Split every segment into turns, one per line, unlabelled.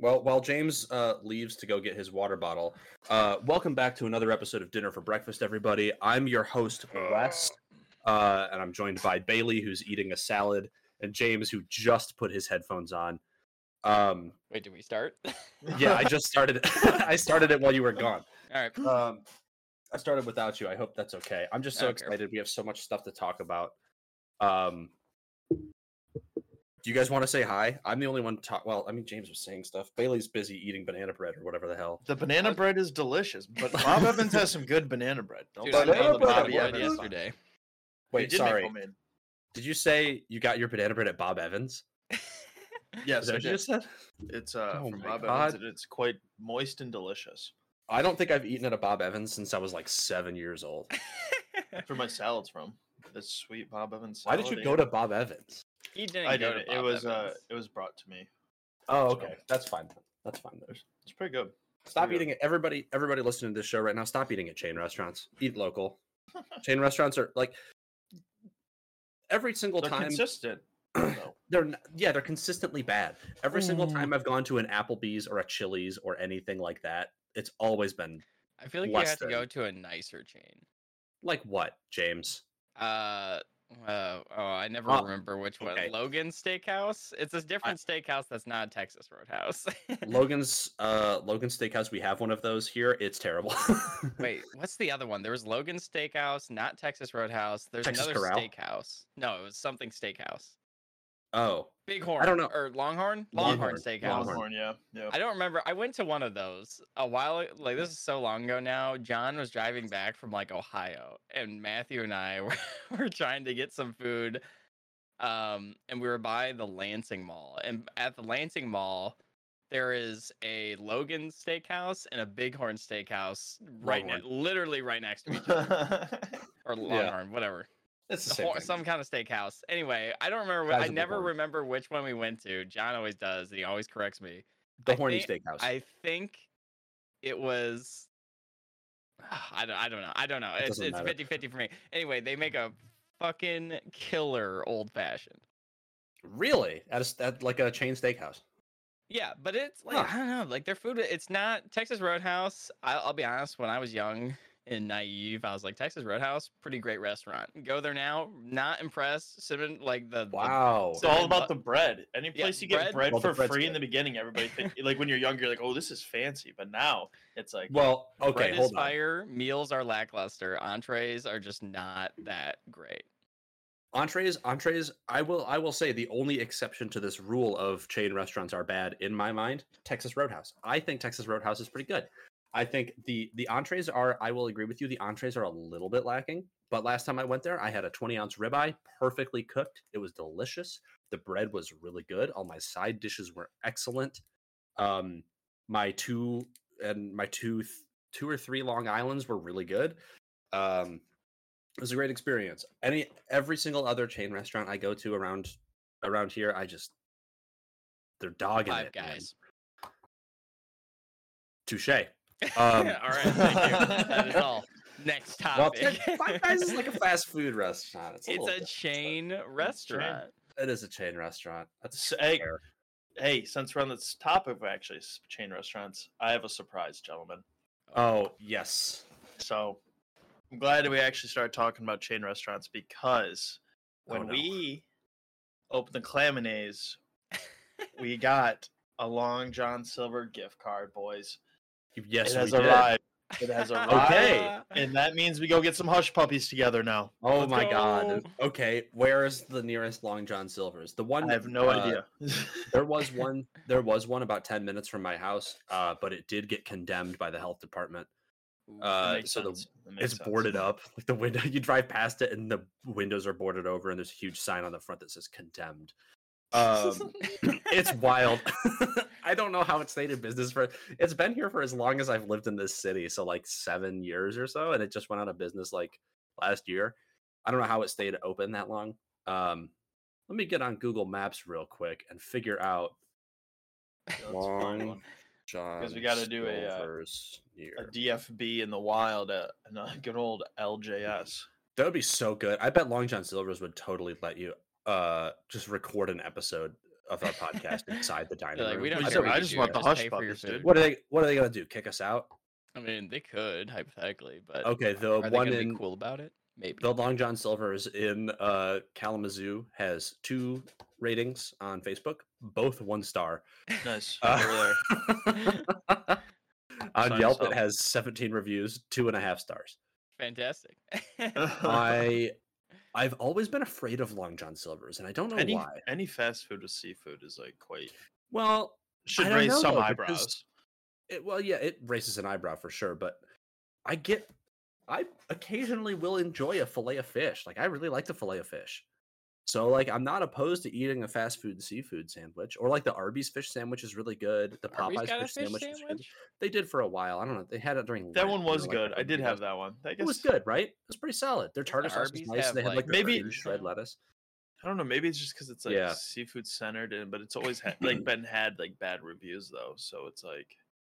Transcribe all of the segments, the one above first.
Well, while James uh, leaves to go get his water bottle, uh, welcome back to another episode of Dinner for Breakfast, everybody. I'm your host, Wes, uh, and I'm joined by Bailey, who's eating a salad, and James, who just put his headphones on. Um,
Wait, did we start? All
yeah, I just started. I started it while you were gone.
right.
Um, I started without you. I hope that's okay. I'm just so
Okay.
excited. We have so much stuff to talk about. Um, do you guys want to say hi? I'm the only one. Ta- well, I mean, James was saying stuff. Bailey's busy eating banana bread or whatever the hell.
The banana
Uh,
bread is delicious, but Bob Evans has some good banana bread. Don't
Dude,
lie
I
to me.
made
Banana
the
bread
banana
at
bread
work.
yesterday.
He
Wait,
did make
sorry.
homemade.
Did you say you got your banana bread at Bob Evans? Is
Yes,
that
I
what you
did.
just said?
It's uh,
Oh
from
my
Bob
God.
Evans. and It's quite moist and delicious.
I don't think I've eaten at a Bob Evans since I was like seven years old.
That's where my salad's from. This sweet Bob Evans.
Why
Salad.
did you go to Bob Evans?
He didn't
I
go
did.
to
It
Bob
was uh,
Evans.
it was brought to me.
Oh,
okay.
That's fine. That's fine. Then.
It's pretty good.
Stop
Pretty good.
eating it. Everybody, everybody listening to this show right now, stop eating at chain restaurants. Eat local. chain restaurants are like every single
They're
time
consistent. though.
they're n- yeah they're consistently bad. Every single time I've gone to an Applebee's or a Chili's or anything like that, it's always been
I feel like you have to
Western.
go to a nicer chain.
like what, James?
Uh, uh oh, I never
Oh,
remember which one.
okay.
Logan Steakhouse. It's a different steakhouse that's not a Texas Roadhouse.
Logan's uh Logan's Steakhouse. We have one of those here. It's terrible.
Wait, what's the other one? There was Logan Steakhouse, not Texas Roadhouse. There's
Texas
another
Corral?
steakhouse. No, it was something steakhouse.
oh,
Bighorn.
don't know.
Or Longhorn?
Longhorn,
Longhorn, Steakhouse.
Longhorn.
Longhorn, yeah, yeah.
I don't remember. I went to one of those a while ag- like this is so long ago now. John was driving back from like Ohio and Matthew and I were, were trying to get some food. Um and we were by the Lansing Mall. And at the Lansing Mall there is a Logan Steakhouse and a Bighorn Steakhouse right ne- literally right next to each other or Longhorn, whatever.
it's the
The
same.
whole-
thing.
some kind of steakhouse. Anyway, I don't remember. wh-
Guys
I
at
never
Bighorn.
remember which one we went to. John always does. and He always corrects me.
the
I
horny
think-
steakhouse.
I think it was. I don't, I don't know. I don't know. It's,
doesn't
it's
matter.
50 50 for me. Anyway, they make a fucking killer old fashioned.
really at a s- at like a chain steakhouse.
Yeah, but it's like,
Huh.
I don't know. Like their food, it's not Texas Roadhouse. I'll, I'll be honest, when I was young and naive, I was like, Texas Roadhouse, pretty great restaurant. Go there now, not impressed. Cinnamon, like the. the-
Wow.
It's all about the bread. Any
Yeah,
place you get
bread-
bread,
Well, the
for
bread's
free in
good.
the beginning, everybody think, like when you're younger, you're like, oh, this is fancy. But now it's like,
well, okay,
bread is
hold on.
fire, meals are lackluster, entrees are just not that great.
entrees entrees i will i will say the only exception to this rule of chain restaurants are bad in my mind texas roadhouse i think texas roadhouse is pretty good i think the the entrees are i will agree with you the entrees are a little bit lacking but last time i went there i had a 20 ounce ribeye perfectly cooked it was delicious the bread was really good all my side dishes were excellent um my two and my two th- two or three long islands were really good um it was a great experience. Any every single other chain restaurant I go to around around here, I just they're dogging
Five
it. man.
guys.
Touche. Um,
all right, thank you. That is all. Next
well,
topic.
Tech- Five Guys is like a fast food restaurant. It's a,
it's
little
a
bit-
chain restaurant.
It is a chain restaurant. That's
S- hey,
fair.
hey, since we're on this topic of actually s- chain restaurants, I have a surprise, gentlemen.
Oh yes.
So I'm glad that we actually started talking about chain restaurants because
Oh,
when
no.
we opened the Claminays, we got a Long John Silver gift card, boys.
Yes,
it has
we did.
arrived. It has arrived.
Okay.
And that means we go get some hush puppies together now.
Oh
Let's
my
go.
god. Okay, where is the nearest Long John Silver's? The one
I have no
uh,
idea.
There was one. There was one about ten minutes from my house, uh, but it did get condemned by the health department.
That
Uh,
makes
so the,
sense. That makes
it's
sense.
boarded up. Like the window, you drive past it, and the windows are boarded over, and there's a huge sign on the front that says "condemned." Um, it's wild. I don't know how it stayed in business for. It's been here for as long as I've lived in this city, so like seven years or so, and it just went out of business like last year. I don't know how it stayed open that long. Um, let me get on Google Maps real quick and figure out
That's a fun
Long
one.
John.
'Cause we gotta do a, uh,
Silver's year.
a DFB in the wild, uh, and a good old LJS.
That would be so good. I bet Long John Silver's would totally let you uh just record an episode of our podcast inside the dining
They're like,
room.
we don't
I
care
said,
what
I
you
just
do,
want the
just
hush
pay for your
puppies, dude.
food.
What are they? What are they gonna do? Kick us out?
I mean, they could hypothetically, but
Okay, the
are they
one
gonna
in
be cool about it? Maybe.
the Long John Silver's in uh, Kalamazoo has two ratings on Facebook, both one star.
Nice.
Uh,
Over there.
on
Sign
Yelp,
us
it
up.
has 17 reviews, two and a half stars.
Fantastic.
I I've always been afraid of Long John Silver's, and I don't know
any,
why.
any fast food with seafood is like quite
Well,
should
don't
raise
know,
some
though, because-
eyebrows.
it, well, yeah, it raises an eyebrow for sure, but I get. I occasionally will enjoy a fillet of fish. Like I really like the fillet of fish. So like I'm not opposed to eating a fast food seafood sandwich or like the Arby's fish sandwich is really good. The
Are we
Popeyes
got a
fish, sandwich, is good.
sandwich?
They did for a while. I don't know. They had it during
That
Lent,
one
you know,
was
like,
good. I
everybody
did have
does.
that one. I guess
It was good, right? It was pretty solid. Their tartar sauce was
Arby's
nice.
have,
They had like,
like,
the
Maybe-
thin shred lettuce.
I don't know. Maybe it's just because it's like
Yeah.
seafood centered, and but it's always ha- like been had like bad reviews though. So it's like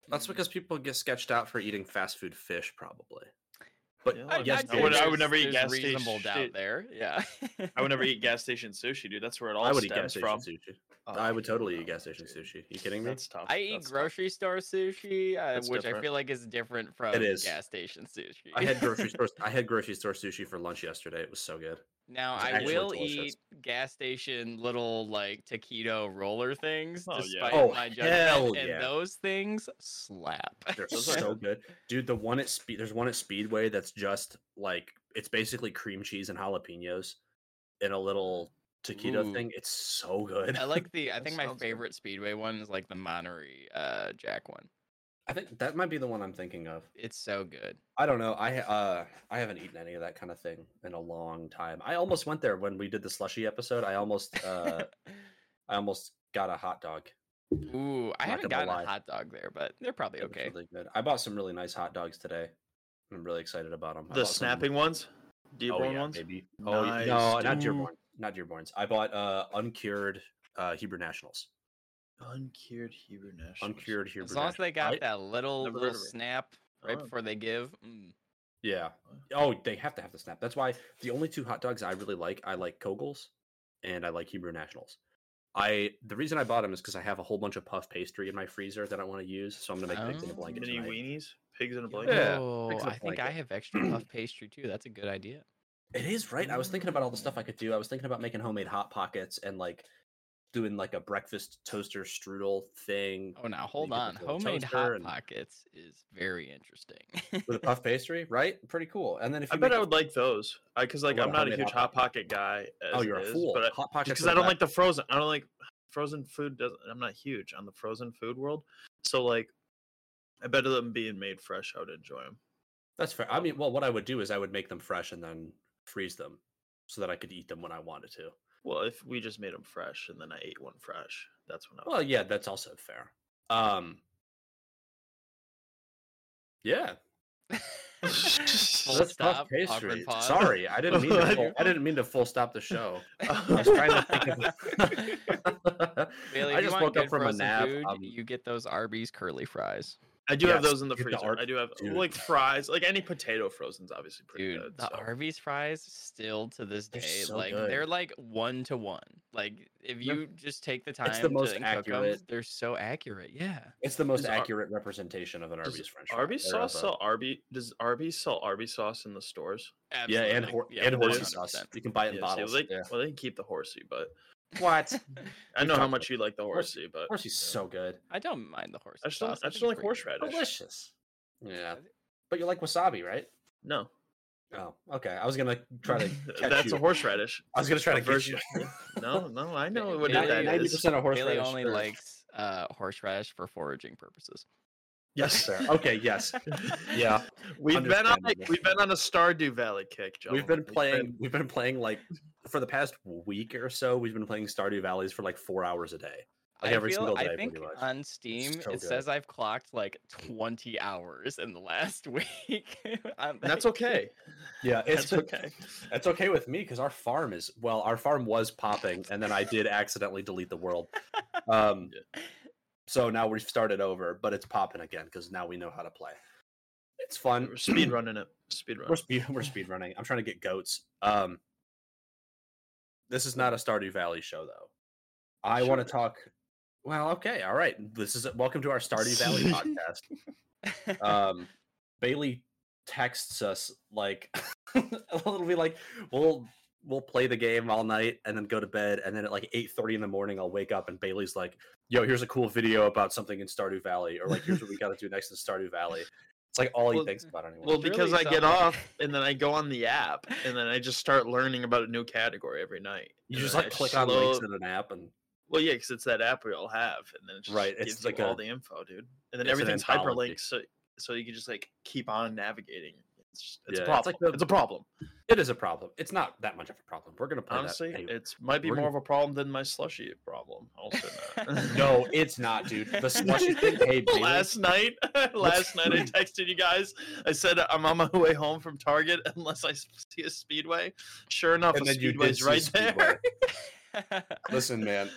Hmm.
That's because people get sketched out for eating fast food fish, probably. But
Yeah,
I-
I,
yes,
I
dude,
would, I
there's-
would never eat
there's
gas station.
reasonable doubt
shit.
there. Yeah.
I would never eat gas station sushi, dude. That's where it all
I would eat gas
stems
station
from.
sushi.
Oh,
I would totally eat
no,
gas station
dude.
sushi. you kidding me?
That's tough.
I eat
That's tough.
grocery store sushi, uh,
That's
which I
different.
feel like is different from
is.
gas station sushi.
I had grocery store. I had grocery store sushi for lunch yesterday. It was so good.
now
It's
I
actually
will
delicious.
eat gas station little like taquito roller things,
Oh, yeah.
despite
Oh,
my judgment,
hell
and
yeah.
those things slap.
They're
Those are-
so good, dude. The one at speed. There's one at Speedway that's just like it's basically cream cheese and jalapenos in a little taquito
Ooh.
thing. It's so good.
I like the. I
That
think my
sounds good.
favorite Speedway one is like the Monterey uh, Jack one.
I think that might be the one I'm thinking of.
It's so good.
I don't know. I ha- uh I haven't eaten any of that kind of thing in a long time. I almost went there when we did the slushy episode. I almost uh I almost got a hot dog.
Ooh, I
not
haven't
gonna
gotten
lie.
a hot dog there, but they're probably
It was
okay.
really good. I bought some really nice hot dogs today. I'm really excited about them.
The snapping ones,
oh,
Dearborn
yeah,
ones.
Maybe. Oh, yeah.
Nice,
no, not
dude.
Dearborn. Not Dearborns. I bought uh uncured uh Hebrew Nationals.
Uncured Hebrew national.
Uncured Hebrew
As long as they got
Nationals. I-
that little
Never heard
little
of it. Oh.
snap right before they give. Mm.
Yeah. Oh, they have to have the snap. That's why the only two hot dogs I really like, I like Kogels and I like Hebrew Nationals. I the reason I bought them is because I have a whole bunch of puff pastry in my freezer that I want to use, so I'm gonna make pigs in a
Oh.
blanket.
Mini
tonight.
weenies, pigs in a blanket.
Yeah,
Oh,
fix up
I think I
blanket.
have extra puff pastry too. That's a good idea.
It is right. I was thinking about all the stuff I could do. I was thinking about making homemade hot pockets and like doing like a breakfast toaster strudel thing
Oh, now hold
get the
on.
little
Homemade
toaster
hot
and-
pockets is very interesting.
with a puff pastry, right? Pretty cool. And then if you
I bet
make
I
a-
would like those. I because like
What
I'm
a
not a
homemade
huge
Hot
hot pocket guy. As
oh, you're
it
a
is,
fool.
But I,
hot pockets
because I don't like the frozen. I don't like frozen food. Doesn't I'm not huge on the frozen food world. So like, I bet them being made fresh, I would enjoy them.
That's fair. I mean, well, what I would do is I would make them fresh and then freeze them so that I could eat them when I wanted to.
Well, if we just made them fresh and then I ate one fresh, that's when I.
Well, yeah, that's also fair. Um, yeah,
Full
that's
stop.
puff
awkward
pastry.
pause.
Sorry, I didn't mean to.
What?
Full, I didn't mean to full stop the show. I was
was
trying to think of.
Bailey,
I
if you
just
want
woke up
good
from a
frozen
nap.
Food,
um,
you get those Arby's curly fries.
I do have
Yes,
those in the
get the
freezer.
Ar-
I do have
Dude.
like fries, like any potato frozen's obviously pretty
Dude,
good.
the
so.
Arby's fries still to this
They're
day,
so
like
good.
they're like one to one. Like if
Yep.
you just take the time,
the
to-
most
and cook 'em,
accurate.
they're so accurate. Yeah,
it's the most
does Ar-
accurate representation of an
does
Arby's French. fry,
Arby's
or of
sauce
a-
sell Arby? Does Arby's sell Arby sauce in the stores?
Yeah, and
Absolutely.
hor-
Yeah,
and horsey
100%.
sauce. You can buy it in
Yeah, see,
bottles.
like-
yeah.
Well, they can keep the horsey, but
What?
I
We've
know how
talked
much you like the
Horsey-
horsey, but
Horsey's
yeah.
so good.
I don't mind the horse.
I just don't,
sauce. think
I just don't
it's
like
pretty good.
horseradish.
Delicious. Yeah, but you like wasabi, right?
No,
Oh, okay. I was gonna try to. Catch
that's
you.
a horseradish.
I was gonna try to get
version.
you.
No, no, I know what
Bailey-
that
Ninety
is.
percent of horseradish.
Bailey only
sure.
likes uh, horseradish for foraging purposes.
Yes, sir. Okay, yes. Yeah,
we've been on like,
understandable.
we've been on a Stardew Valley kick, John.
We've been playing. We've been playing like for the past week or so. We've been playing Stardew Valleys for like four hours a day. Like
I
every
feel,
single day,
I
pretty
think
much.
on Steam
so
it
good.
says I've clocked like 20 hours in the last week. I'm
That's
like,
okay.
Yeah, it's
That's okay.
It's okay with me because our farm is well, our farm was popping, and then I did accidentally delete the world. Um, so now we've started over, but it's popping again because now we know how to play. It's fun.
We're speed running it. Speed
We're
running.
speed we're speed running. I'm trying to get goats. Um, this is not a Stardew Valley show though. I want to
Sure.
talk. Well, okay, all right. This is welcome to our Stardew Valley podcast. um, Bailey texts us like it'll be like we'll we'll play the game all night and then go to bed and then at like 8.30 in the morning i'll wake up and bailey's like yo here's a cool video about something in stardew valley or like here's what we got to do next in stardew valley it's like all he
Well-
thinks about anyway
Well,
It's really
because I get
something.
off and then I go on the app and then I just start learning about a new category every night.
you
and
just
then
like
I
click on links
uh, slow-
in an app and
Well, yeah, because it's that app we all have, and then it just
Right, it's
gives
like
you all
a-
the info, dude. And
it's
then
an
everything's
anthology.
hyperlinked, so so you can just like keep on navigating. It's, just, it's
Yeah,
a
it's like
problem. It's,
the-
a problem.
it is a problem it's not that much of a problem we're gonna play
Honestly,
that. anyway.
it's might be
we're gonna-
more of a problem than my slushy problem. Also, not.
no it's not dude the slushy thing hey bailey
last night, last night I texted you guys. I said I'm on my way home from Target unless I s- see a Speedway. Sure enough,
and
a
then you did
Speedway's
see
right
Speedway.
there.
listen man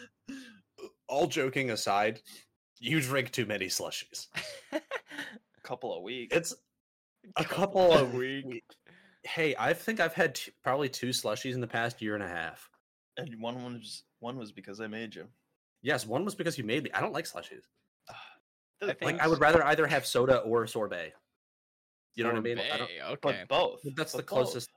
all joking aside you drink too many slushies
couple of weeks.
it's a couple of
week.
Hey, I think I've had t- probably two slushies in the past year and a half.
and one was one was because I made you.
Yes, one was because you made me. I don't like slushies.
I
Like I
Thanks.
would rather either have soda or sorbet. You know what I mean? I don't,
Sorbet,
but
Oh, okay.
both.
but that's
but
the
both.
closest.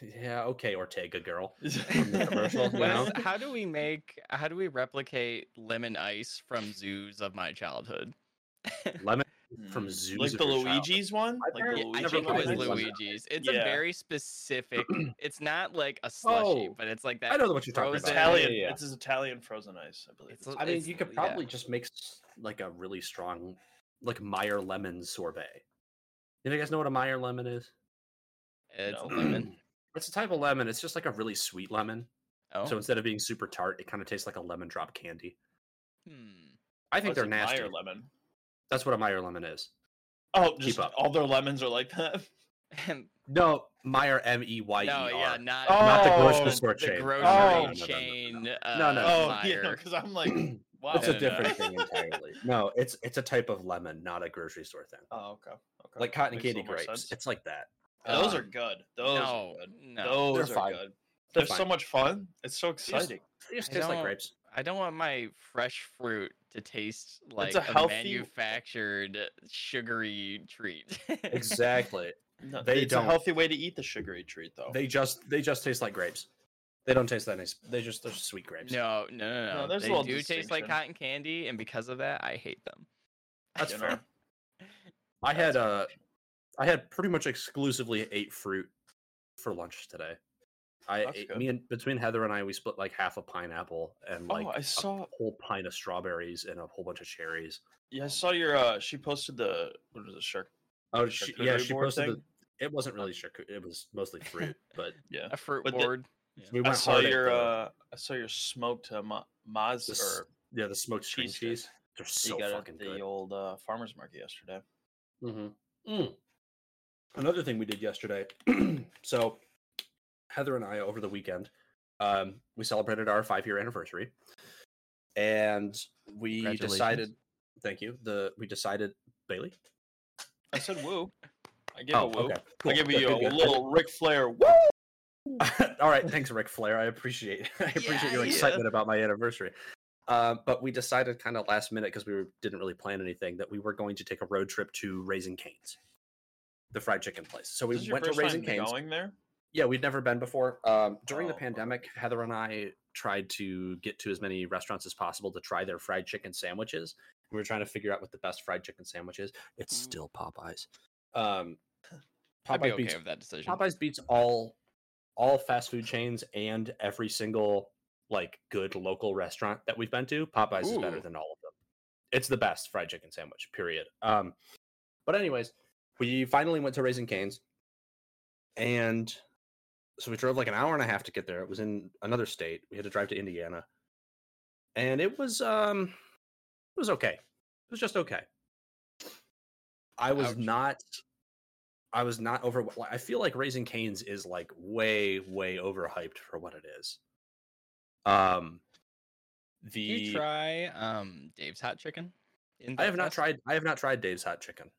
Yeah, okay, Ortega girl.
from
the commercial, you
What
know?
is- how do we make? How do we replicate lemon ice from zoos of my childhood?
Lemon
Mm.
from zoos.
like
of
the
your childhood.
Luigi's one,
I've
like
heard-
the
I
I
Luigi
think it
remember
was
when
one?
I was young.
Luigi's. It's
Yeah.
a very specific. It's not like a slushy,
Oh,
but it's like that.
I know what you're talking
frozen-
about.
Italian.
Yeah, yeah, yeah.
It's his Italian frozen ice, I believe.
It's
it's
a-
I mean,
it's-
you could
yeah.
probably just make s- like a really strong, like Meyer lemon sorbet. You guys know what a Meyer lemon is?
It's
No.
a lemon.
Mm. It's a type of lemon. It's just like a really sweet lemon.
Oh,
So instead of being super tart, it kind of tastes like a lemon drop candy.
hmm.
I think
Oh,
they're
it's like
nasty.
Meyer lemon.
That's what a Meyer lemon is.
Oh, just
up.
all their lemons are like that.
No, Meyer M E Y E
no, yeah,
R.
not
Not the
Oh,
grocery store
the
chain.
grocery
Oh.
chain. Uh,
No, no.
Oh, yeah,
Meijer.
because I'm like, wow,
it's a
No, no, no.
different thing entirely. No, it's it's a type of lemon, not a grocery store thing.
Oh, okay, okay.
Like cotton
Makes a
candy
little more
grapes.
sense.
It's like that.
Those
Uh,
are good. Those
no,
are good.
no.
Those
They're
are
fine.
good.
They're
They're so
fine.
much fun. It's so
They just-
exciting.
They just
I
taste like
don't-
grapes.
I don't want my fresh fruit to taste like
a
a,
healthy-
manufactured sugary treat.
Exactly.
No,
They
it's
don't-
a healthy way to eat the sugary treat, though.
They just they just taste like grapes. They don't taste that nice. They just they're sweet grapes.
No, no, no, no.
there's a
they
little
do taste like
distinction.
cotton candy, and because of that, I hate them.
That's
you know?
fair. I had
That's
uh I had pretty much exclusively ate fruit for lunch today. I
That's
ate-
good.
me and between Heather and I we split like half a pineapple and
Oh,
like
I saw-
a whole pint of strawberries and a whole bunch of cherries.
Yeah, I saw your. uh She posted the what is it, shark?
Oh she, yeah,
charcuterie
she
board
posted the,
thing?
it wasn't really charcuterie, it was mostly fruit, but
Yeah,
A fruit
But the-
board.
we
I
went
saw
hard at
your.
the-
uh I saw your smoked uh, ma- maz
The s-
or
yeah, the smoked string
cheese dip.
cheese. They're so
you got it
fucking
at the
good.
old uh, farmers market yesterday.
Mm-hmm. Another thing we did yesterday. so, Heather and I over the weekend, um, we celebrated our five year anniversary, and we
Congratulations.
decided. Thank you. The we decided Bailey. Oh,
I said woo. I gave a woo.
cool,
I gave
good,
you
good,
a
good. I
little Ric Flair woo.
did- All right, thanks, Ric Flair. I appreciate I appreciate
Yeah,
your
yeah.
excitement about my anniversary. Uh, but we decided kind of last minute because we were, didn't really plan anything that we were going to take a road trip to Raising Canes, the fried chicken place. So we
Is this your
went to
first time
Raising Canes.
Going there.
Yeah, we'd never been before. Um, during the
Oh, okay.
pandemic, Heather and I tried to get to as many restaurants as possible to try their fried chicken sandwiches. We were trying to figure out what the best fried chicken sandwich is. It's
Mm.
still Popeyes. Um,
I'd be
Popeyes,
okay
beats,
with that decision.
Popeyes beats all all fast food chains and every single like good local restaurant that we've been to. Popeyes is better
Ooh.
than all of them. It's the best fried chicken sandwich. Period. Um, but anyways, we finally went to Raising Canes, and so we drove like an hour and a half to get there. It was in another state. We had to drive to Indiana, and it was um, it was okay. It was just okay. I was
Ouch.
not. I was not over. I feel like Raising Canes is like way, way overhyped for what it is. Um, the
Did you try um Dave's hot chicken? in
I have not
Belfast?
tried. I have not tried Dave's Hot Chicken.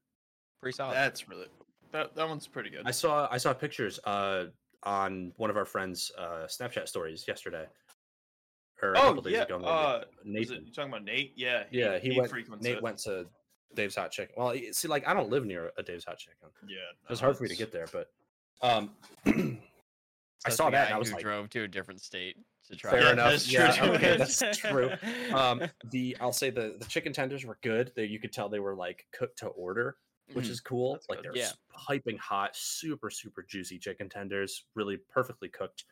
Pretty solid.
That's really that. That one's pretty good.
I saw I saw pictures uh, on one of our friends' uh, Snapchat stories yesterday, or a
Oh,
couple days
yeah,
ago. maybe.
uh, Is
Nathan.
it, you talking about Nate? Yeah.
Yeah, he went-
frequents
Nate
it.
went to Dave's Hot Chicken. Well, y- see, like I don't live near a Dave's Hot Chicken.
Yeah.
It was
no,
hard for me to
it's-
get there, but um, I
it's
saw
the
that and
guy
I was
who
like-
drove to a different state to try.
Fair
it.
enough.
that's true,
yeah,
too.
okay, that's true. Um, the I'll say the the chicken tenders were good. They you could tell they were like cooked to order, which
Mhm.
is cool.
That's
like
good.
they're
Yeah.
s- piping hot, super super juicy chicken tenders, really perfectly cooked.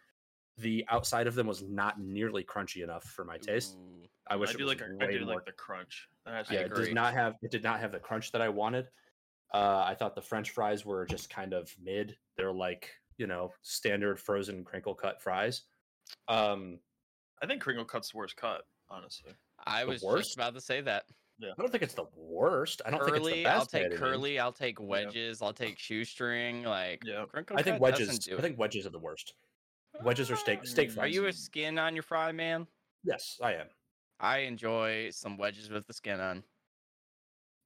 The outside of them was not nearly crunchy enough for my taste.
Ooh.
I wish
I
it
do
was
like a- I
way
do
more
like the crunch. That's
I
yeah,
like-
it
agree.
does not have it did not have the crunch that I wanted. Uh, I thought the French fries were just kind of mid. They're like you know standard frozen crinkle cut fries. Um,
I think Kringle cut's the worst cut, honestly.
I
the
was
worst?
just about to say that.
I don't think it's the worst. I don't think it's the
Curly,
best.
I'll
by
take
any means.
curly. I'll take wedges. I'll take shoestring. Like
Yeah.
crinkle
I think
cut doesn't
wedges.
do
I
it.
think wedges are the worst. wedges or steak- steak
Mm. Are
fries.
you a skin on your fry man?
Yes, I am.
I enjoy some wedges with the skin on.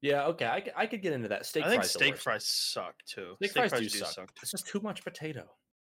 Yeah, okay. I, c- I could get into that. Steak
I think
fries. the
steak
worst.
fries suck too.
Steak, fries, do, suck. It's just too much potato.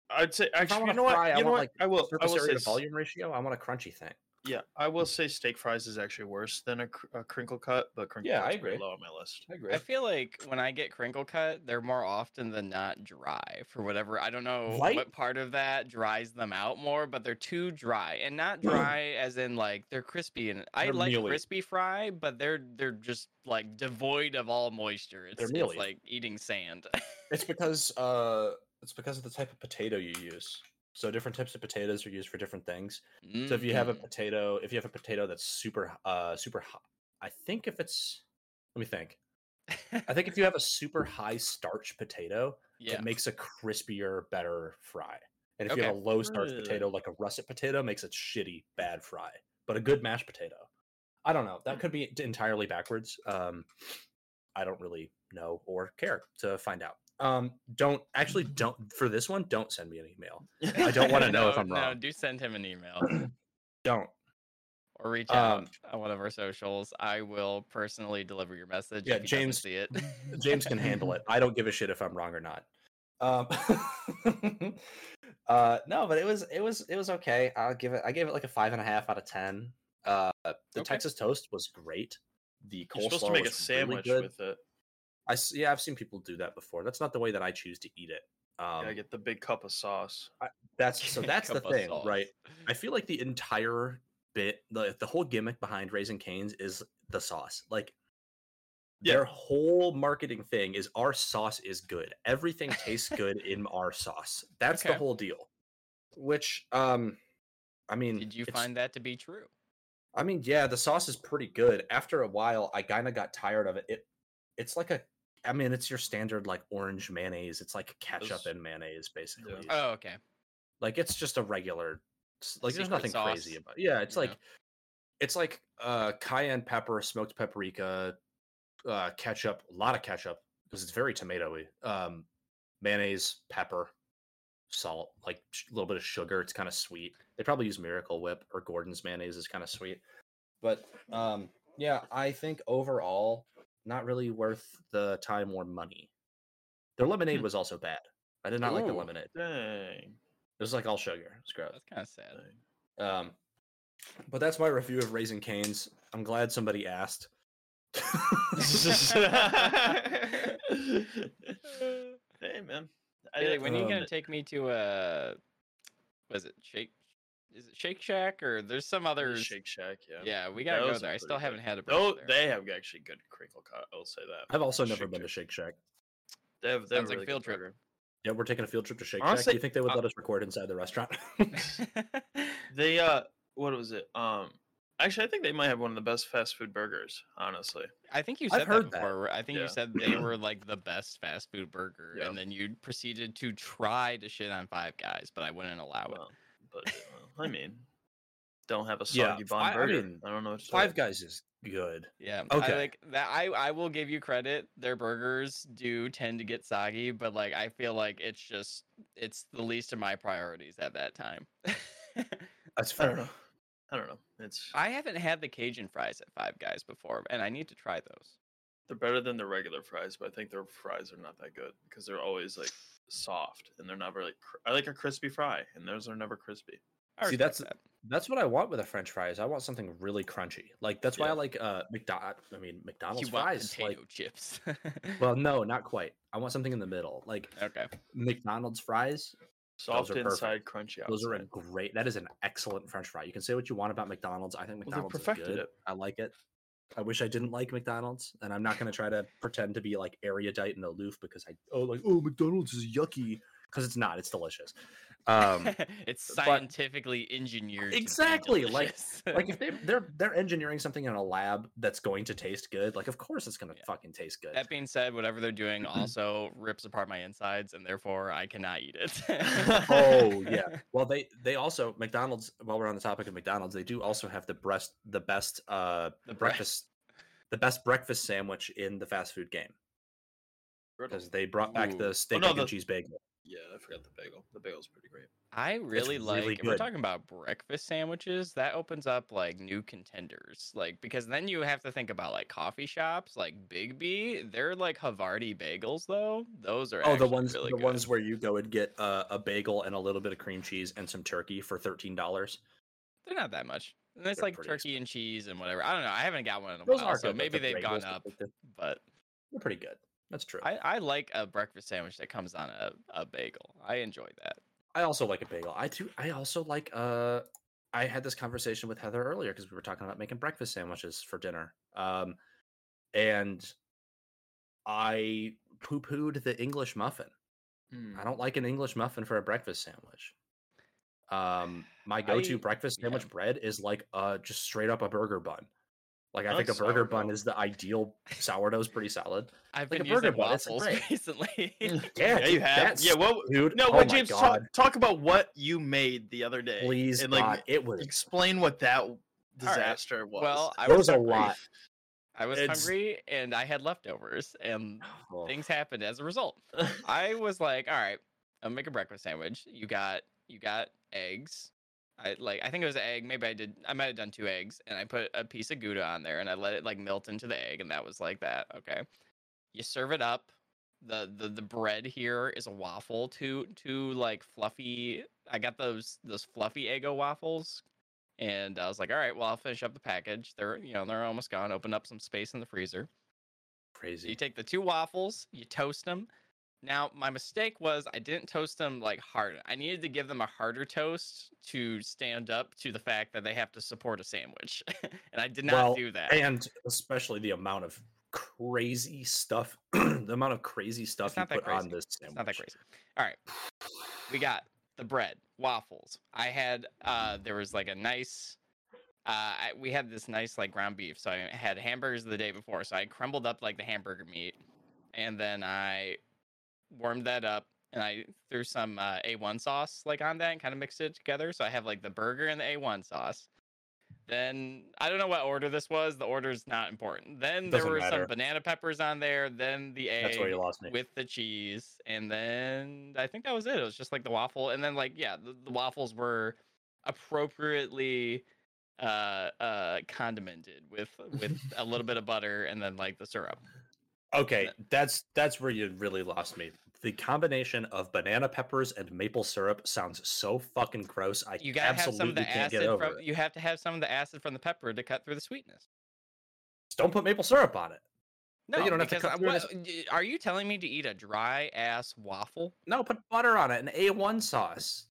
I'd say actually,
wanna
you know what?
fry, I
you
want,
know what?
like,
I will. I
Surface
will say
area to
s-
volume ratio. I want a crunchy thing.
Yeah, I will say steak fries is actually worse than a, cr- a crinkle cut, but crinkle
Yeah,
cut's
I
pretty
agree.
low on my list.
I agree.
I feel like when I get crinkle cut, they're more often than not dry for whatever. I don't know
Right?
what part of that dries them out more, but they're too dry and not dry as in like they're crispy. And I
Mm. They're
like
mealy.
crispy fry, but they're they're just like devoid of all moisture. It's, it's
mealy.
like eating sand.
It's because uh, it's because of the type of potato you use. So different types of potatoes are used for different things. So if you have a
Mm.
potato, if you have a potato that's super, uh, super hot, I think if it's, let me think.
Mm-hmm.
I think if you have a super high starch potato,
yeah,
it makes a crispier, better fry. And if you have a
Okay.
low starch
Really?
potato, like a russet potato, makes a shitty, bad fry. But a good mashed potato, I don't know.
Hmm.
That could be d- entirely backwards. Um, I don't really know or care to find out. Um, don't actually don't for this one. Don't send me an email. I don't wanna know if
No,
I'm
No,
wrong.
do send him an email.
Don't.
or reach
Um,
out on one of our socials. I will personally deliver your message.
Yeah,
if he doesn't
James-
see it.
James can handle it. I don't give a shit if I'm wrong or not. Um, uh, no, but it was it was it was okay. I'll give it. I gave it like a five and a half out of ten. Uh, the
Okay.
Texas toast was great. The coleslaw
You're supposed to make a
was really
sandwich
good.
with it.
I s- yeah, I've seen people do that before. That's not the way that I choose to eat it. Um,
yeah, get the big cup of sauce.
that's so that's the
Cup of
thing,
sauce.
right? I feel like the entire bit, the the whole gimmick behind Raising Canes is the sauce. Like
Yeah.
their whole marketing thing is our sauce is good. Everything tastes good in our sauce. That's the
Okay.
whole deal. Which um I mean
Did you
it's-
find that to be true?
I mean, yeah, the sauce is pretty good. After a while, I kind of got tired of it. It it's like a I mean, it's your standard like orange mayonnaise. It's like ketchup
Those-
and mayonnaise basically.
Oh, okay.
Like it's just a regular s- like there's
Secret
nothing
sauce,
crazy about. It. Yeah, it's
you know?
like it's like uh cayenne pepper, smoked paprika, uh ketchup, a lot of ketchup because it's very tomatoey. Um mayonnaise, pepper, salt, like a little bit of sugar. It's kind of sweet. They probably use Miracle Whip or Gordon's mayonnaise is kind of sweet. But um yeah, I think overall not really worth the time or money. Their lemonade
Hmm.
was also bad. I did not like the
Ooh.
lemonade.
Dang.
It was like all sugar. It's gross.
That's kind of sad.
dang.
Um, but that's my review of Raising Canes. I'm glad somebody asked.
hey man, I,
Hey,
didn't-
when are you
um,
gonna take me to uh, was it Shake? Is it Shake Shack or there's some other?
Shake Shack, yeah,
Yeah, we gotta go
Those are
there. I
pretty
still
good.
haven't had a.
Oh,
burger there.
they have actually good crinkle cut. I'll say that.
I've also never
Shake
been to
Shack.
Shake Shack.
They have, they have
Sounds like
really
field
good
trip.
burger.
Yeah, we're taking a field trip to Shake Shack. Do
Honestly,
you think they would
uh,
let us record inside the restaurant?
They uh, what was it? Um, actually, I think they might have one of the best fast food burgers. Honestly,
I think you
I've
said
heard
that
that.
before. I think
Yeah.
you said they were like the best fast food burger,
Yeah.
and then you proceeded to try to shit on Five Guys, but I wouldn't allow it.
Well, Um, but uh, I mean, don't have a
Yeah,
soggy
I-
bun
I
burger. I,
mean,
don't know what to
Five
tell
Guys is good.
Yeah.
Okay.
I like that I I will give you credit. Their burgers do tend to get soggy, but like I feel like it's just it's the least of my priorities at that time.
That's
you. I don't
fair.
know. I don't know. It's
I haven't had the Cajun fries at Five Guys before, and I need to try those.
they're better than the regular fries, but I think their fries are not that good because they're always like soft and they're not really. Cr- I like a crispy fry, and those are never crispy.
I
See,
respect
that's- That's what I want with a French fry. Is I want something really crunchy. Like that's why I
Yeah.
like uh McDonald. I mean
that.
McDonald's
You want
fries.
potato
Like,
chips.
well, no, not quite. I want something in the middle. Like
okay.
McDonald's fries.
Soft
are perfect.
inside, crunchy outside.
Those are a great. That is an excellent French fry. You can say what you want about McDonald's. I think
Well, they've
McDonald's is
perfected
good.
it.
I like it. I wish I didn't like McDonald's, and I'm not going to try to pretend to be like erudite and aloof because I oh like oh McDonald's is yucky because it's not. It's delicious. Um,
it's
but-
scientifically engineered. to be
Exactly, like-
delicious.
like if they they're they're engineering something in a lab that's going to taste good, like of course it's going to
Yeah.
fucking taste good.
That being said, whatever they're doing also rips apart my insides, and therefore I cannot eat it.
Oh, yeah. Well, they they also McDonald's. While we're on the topic of McDonald's, they do also have the breast the best uh
The breast.
breakfast the best breakfast sandwich in the fast food game
Griddle.
because they brought back
Ooh. Oh,
the steak
no,
egg
the-
and cheese bagel.
Yeah, I forgot the bagel. The bagel's pretty great.
I really like.
really
if we're
good.
talking about breakfast sandwiches, that opens up like new contenders, like because then you have to think about like coffee shops, like Big B. They're like Havarti bagels, though. Those are
Oh, the
actually
ones
really
the
good.
ones where you go and get uh, a bagel and a little bit of cream cheese and some turkey for thirteen dollars.
they're not that much. And it's
They're
like
pretty
turkey and cheese and whatever. I don't know. I haven't got one in a
Those
while,
are
Oh, so
good, like
maybe
the
they've gone
bagels, but
up.
like they're-
But
They're pretty good. That's true.
I, I like a breakfast sandwich that comes on a, a bagel. I enjoy that.
I also like a bagel. I too. I also like. Uh, I had this conversation with Heather earlier because we were talking about making breakfast sandwiches for dinner. Um, and I poo pooed the English muffin. I don't like an English muffin for a breakfast sandwich. Um, my go to
I-
breakfast
yeah.
sandwich bread is like uh just straight up a burger bun. Like
Oh,
I, think a
like
burger bun
sourdough.
is the ideal. Sourdough's pretty solid.
I've
like
been
a burger
using
bun, it's
waffles
great.
recently.
Yeah,
Yeah, you
dude,
have.
that's-
Yeah, what?
Dude,
No,
oh
but
my
James,
God,
talk, talk about what you made the other day.
please,
and like
God, it was
explain what that disaster was.
well, I
There
was
was a
hungry.
lot.
I was
It's-
hungry and I had leftovers, and
oh,
things happened as a result. I was like, all right, I'll make a breakfast sandwich. You got you got eggs. I like I think it was an egg. Maybe I did I might have done two eggs and I put a piece of gouda on there and I let it like melt into the egg and that was like that. Okay. You serve it up. The the the bread here is a waffle, two two like fluffy I got those those fluffy Eggo waffles. And I was like, all right, well I'll finish up the package. They're you know, they're almost gone. Open up some space in the freezer. So
Oh, crazy.
you take the two waffles, you toast them. Now, my mistake was I didn't toast them like hard. I needed to give them a harder toast to stand up to the fact that they have to support a sandwich. and I did not
Well,
do that.
and especially the amount of crazy stuff the amount of crazy stuff you
not that
put on
crazy.
this
It's
sandwich.
not that crazy. All right. We got the bread, waffles. I had uh there was like a nice uh I, we had this nice like ground beef. So I had hamburgers the day before. So I crumbled up like the hamburger meat and then I warmed that up and I threw some uh, A1 sauce like on that and kind of mixed it together. So I have like the burger and the A1 sauce. Then I don't know what order this was. The order's not important. Then there
Doesn't
were
matter.
some banana peppers on there. Then the egg
That's where you lost me.
with the cheese and then i think that was it it was just like the waffle and then like yeah the, the waffles were appropriately uh uh condimented with with a little bit of butter and then like the syrup
okay, that's that's where you really lost me. The combination of banana peppers and maple syrup sounds so fucking gross. I
you gotta have some of
absolutely
the
can't get
acid
over
from
it.
you have to have some of the acid from the pepper to cut through the sweetness
Just don't put maple syrup on it.
no
you don't have to
because
cut
I-
through this-
what- y- are you telling me to eat a dry ass waffle
No, put butter on it and A1 sauce.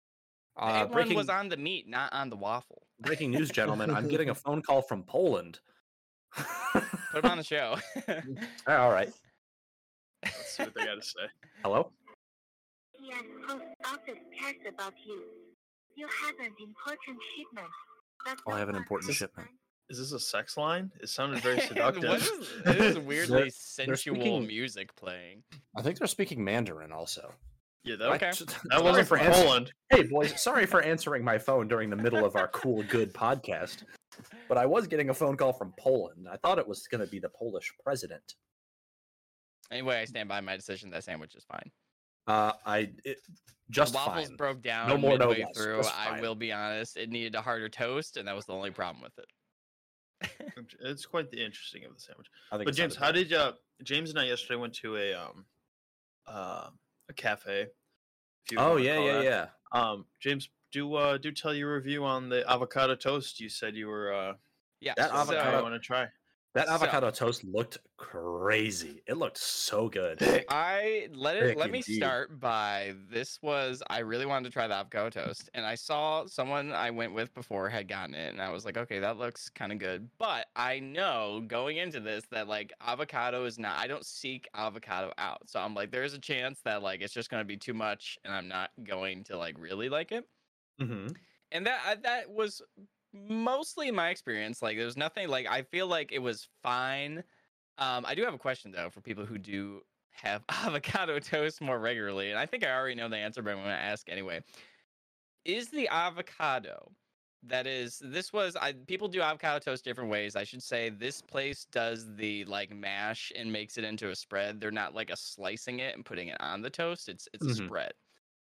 Uh,
Everyone
breaking,
was on the meat not on the waffle
breaking news, gentlemen. I'm getting a phone call from Poland.
put them on the show
All right.
Let's see what they got to say.
Hello?
The post office cares about you. You have an important shipment. but
Oh, I
no
have an
one
important
has
shipment.
time.
Is this a sex line? It sounded very
And
seductive.
what is this weirdly sensual
speaking-
music playing?
I think they're speaking Mandarin also.
yeah, that,
Okay.
that wasn't
for
from Poland.
Hey boys, sorry for answering my phone during the middle of our cool good podcast, but I was getting a phone call from Poland. I thought it was going to be the Polish president.
Anyway, I stand by my decision. That sandwich is fine.
Uh, I it, just
the waffles
fine.
broke down
more, no
midway
less.
through.
That's
I
fine.
will be honest; it needed a harder toast, and that was the only problem with it.
It's quite the interesting of the sandwich.
I think
But
it
James,
sounded
how
good.
did uh James and I yesterday went to a um uh, a cafe. if you
Oh
wanna
yeah,
call
Oh, yeah,
that.
yeah.
Um, James do uh do tell your review on the avocado toast you said you were uh
Yeah,
That
so-
I
avocado-
want to try.
That
So-
avocado toast looked crazy. It looked so good.
I let it
Thick
let me
indeed.
start by this was I really wanted to try the avocado toast and I saw someone I went with before had gotten it and I was like okay that looks kind of good but I know going into this that like avocado is not I don't seek avocado out so I'm like there's a chance that like it's just going to be too much and I'm not going to like really like it
Mhm.
and that I- that was mostly my experience like there was nothing like i feel like it was fine um i do have a question though for people who do have avocado toast more regularly and i think i already know the answer but i'm going to ask anyway is the avocado that is this was i people do avocado toast different ways i should say this place does the like mash and makes it into a spread they're not like a slicing it and putting it on the toast it's it's a
Mhm.
spread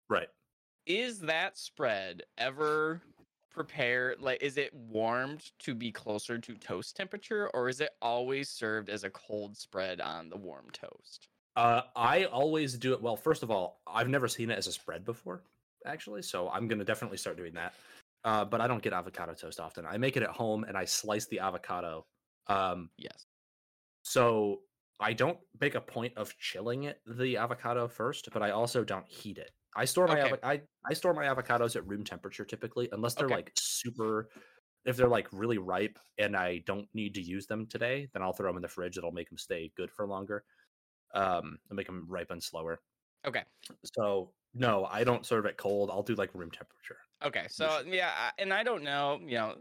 Right.
is that spread ever prepared like is it warmed to be closer to toast temperature or is it always served as a cold spread on the warm toast
Uh, I always do it. Well, first of all, I've never seen it as a spread before, actually. So I'm going to definitely start doing that. Uh, but I don't get avocado toast often. I make it at home and I slice the avocado. Um,
yes
so I don't make a point of chilling it, the avocado first, but I also don't heat it. I store my
Okay.
avo- I, I store my avocados at room temperature typically, unless they're
Okay.
like super. If they're like really ripe and I don't need to use them today, then I'll throw them in the fridge. It'll make them stay good for longer. Um, and make them ripen slower.
Okay.
So no, I don't serve it cold. I'll do like room temperature.
okay so yeah I, and i don't know you know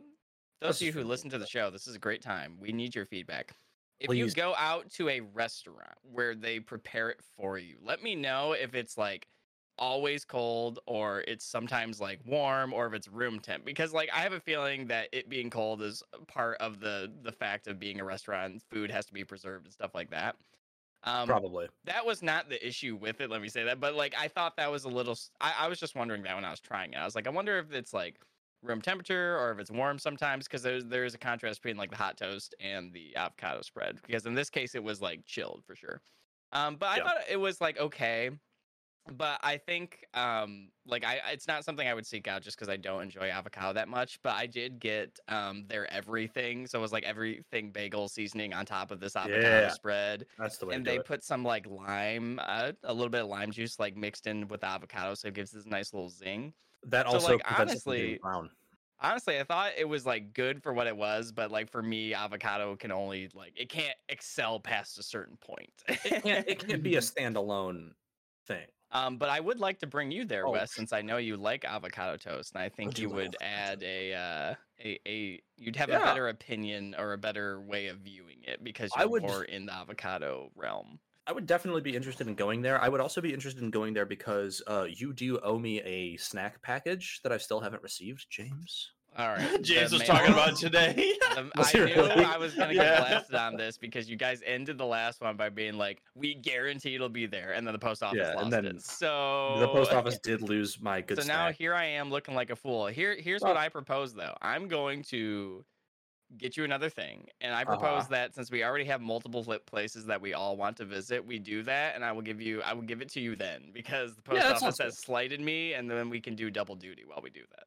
those
This
of you
is
who
really
listen to the show this is a great time we need your feedback if
Please.
you go out to a restaurant where they prepare it for you let me know if it's like always cold or it's sometimes like warm or if it's room temp because like i have a feeling that it being cold is part of the the fact of being a restaurant and food has to be preserved and stuff like that um
Probably.
that was not the issue with it let me say that but like i thought that was a little s- i, I was just wondering that when i was trying it i was like i wonder if it's like room temperature or if it's warm sometimes because there's there is a contrast between like the hot toast and the avocado spread because in this case it was like chilled for sure um but i
Yeah.
thought it was like okay but i think um like i it's not something i would seek out just because i don't enjoy avocado that much but i did get um their everything so it was like everything bagel seasoning on top of this avocado
Yeah.
spread
That's the way.
and
to do
they
it.
put some like lime, uh, a little bit of lime juice, like mixed in with the avocado, so it gives this nice little zing.
that
so,
also
like,
prevents it from being
honestly,
brown.
Honestly, I thought it was like good for what it was, but like for me, avocado can only like it can't excel past a certain point.
It can't, it can't be a standalone thing.
um, but I would like to bring you there,
Oh,
Wes, since I know you like avocado toast, and I think
do
you
love
would
avocado
add a uh, a a you'd have a
Yeah.
better opinion or a better way of viewing it because
I
you're
would-
more in the avocado realm.
I would definitely be interested in going there. I would also be interested in going there because uh, you do owe me a snack package that I still haven't received, James.
All right, the
James was
main-
talking about it today.
Um,
Well,
I knew
seriously.
I was gonna
Yeah.
get blasted on this because you guys ended the last one by being like, "We guarantee it'll be there," and then the post office
Yeah, and
lost
then
it. So
the post office did lose my good
Oh, So now
snack.
here I am looking like a fool. Here, here's what
Well-
I propose though. I'm going to get you another thing, and I
Uh-huh.
propose that since we already have multiple flip places that we all want to visit, we do that, and I will give you, I will give it to you then because the post
that
office
sounds
has
good.
slighted me, and then we can do double duty while we do that.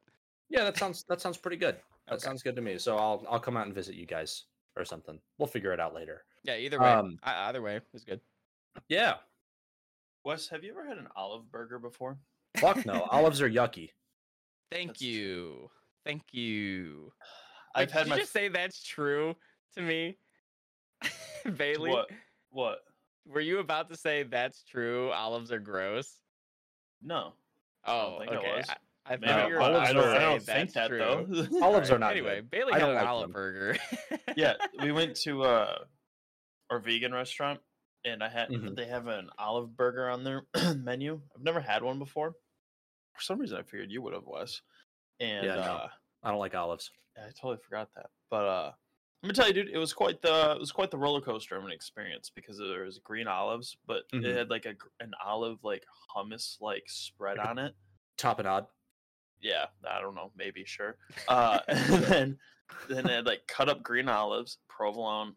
yeah, that sounds that sounds pretty good. That
Okay.
sounds good to me. So I'll I'll come out and visit you guys or something. We'll figure it out later.
Yeah, either way,
Um,
I, either way is good.
Yeah.
Wes, have you ever had an olive burger before?
Fuck no. Olives are yucky.
Thank
That's true.
you. Thank you.
I've
Wait,
had
did
my
you just say that's true to me? Bailey,
what? What?
were you about to say that's true? Olives are gross.
No.
Oh,
don't think I
okay.
was.
I, I
Maybe
thought
No,
you were
I,
olives
about to
I don't, I
say
don't
that's
think that
true.
though.
Olives
Alright,
are not good.
Anyway, Bailey
I
had
don't
an
like
olive
them.
burger.
yeah, we went to uh our vegan restaurant and I had
Mhm.
they have an olive burger on their menu. I've never had one before. For some reason I figured you would have Wes. And
Yeah, no.
uh
I don't like olives.
I totally forgot that. But uh let me tell you, dude, it was quite the it was quite the roller coaster of an experience because there was green olives, but
Mhm.
it had like a gr- an olive like hummus like spread on it.
Top and odd.
yeah, I don't know, maybe sure. Uh, and then then they had like cut up green olives, provolone,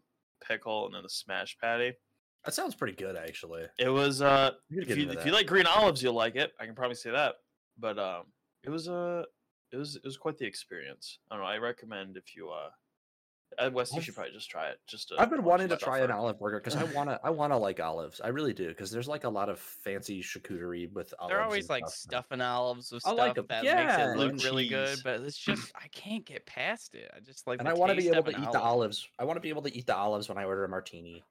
pickle, and then the smash patty.
That sounds pretty good actually.
It was uh,
You could
if
get
you,
into
if you
that.
like green olives, you'll like it. I can probably say that. But um, it was a it was it was quite the experience. I don't know. I recommend if you uh, uh, Wes, you
I've-
should probably just try it. Just to
I've been
watch
wanting to
the
try an
buffer.
olive burger because I wanna I wanna like olives. I really do because there's like a lot of fancy charcuterie with olives.
They're
and
always like
stuff, and-
stuffing olives with
I
stuff
like 'em.
that
Yeah.
makes it look
Blue
really good,
cheese.
but it's just I can't get past it. I just like
And
the
I want to be
taste
able
of
to eat
an
the
olive.
olives. I want to be able to eat the olives when I order a martini.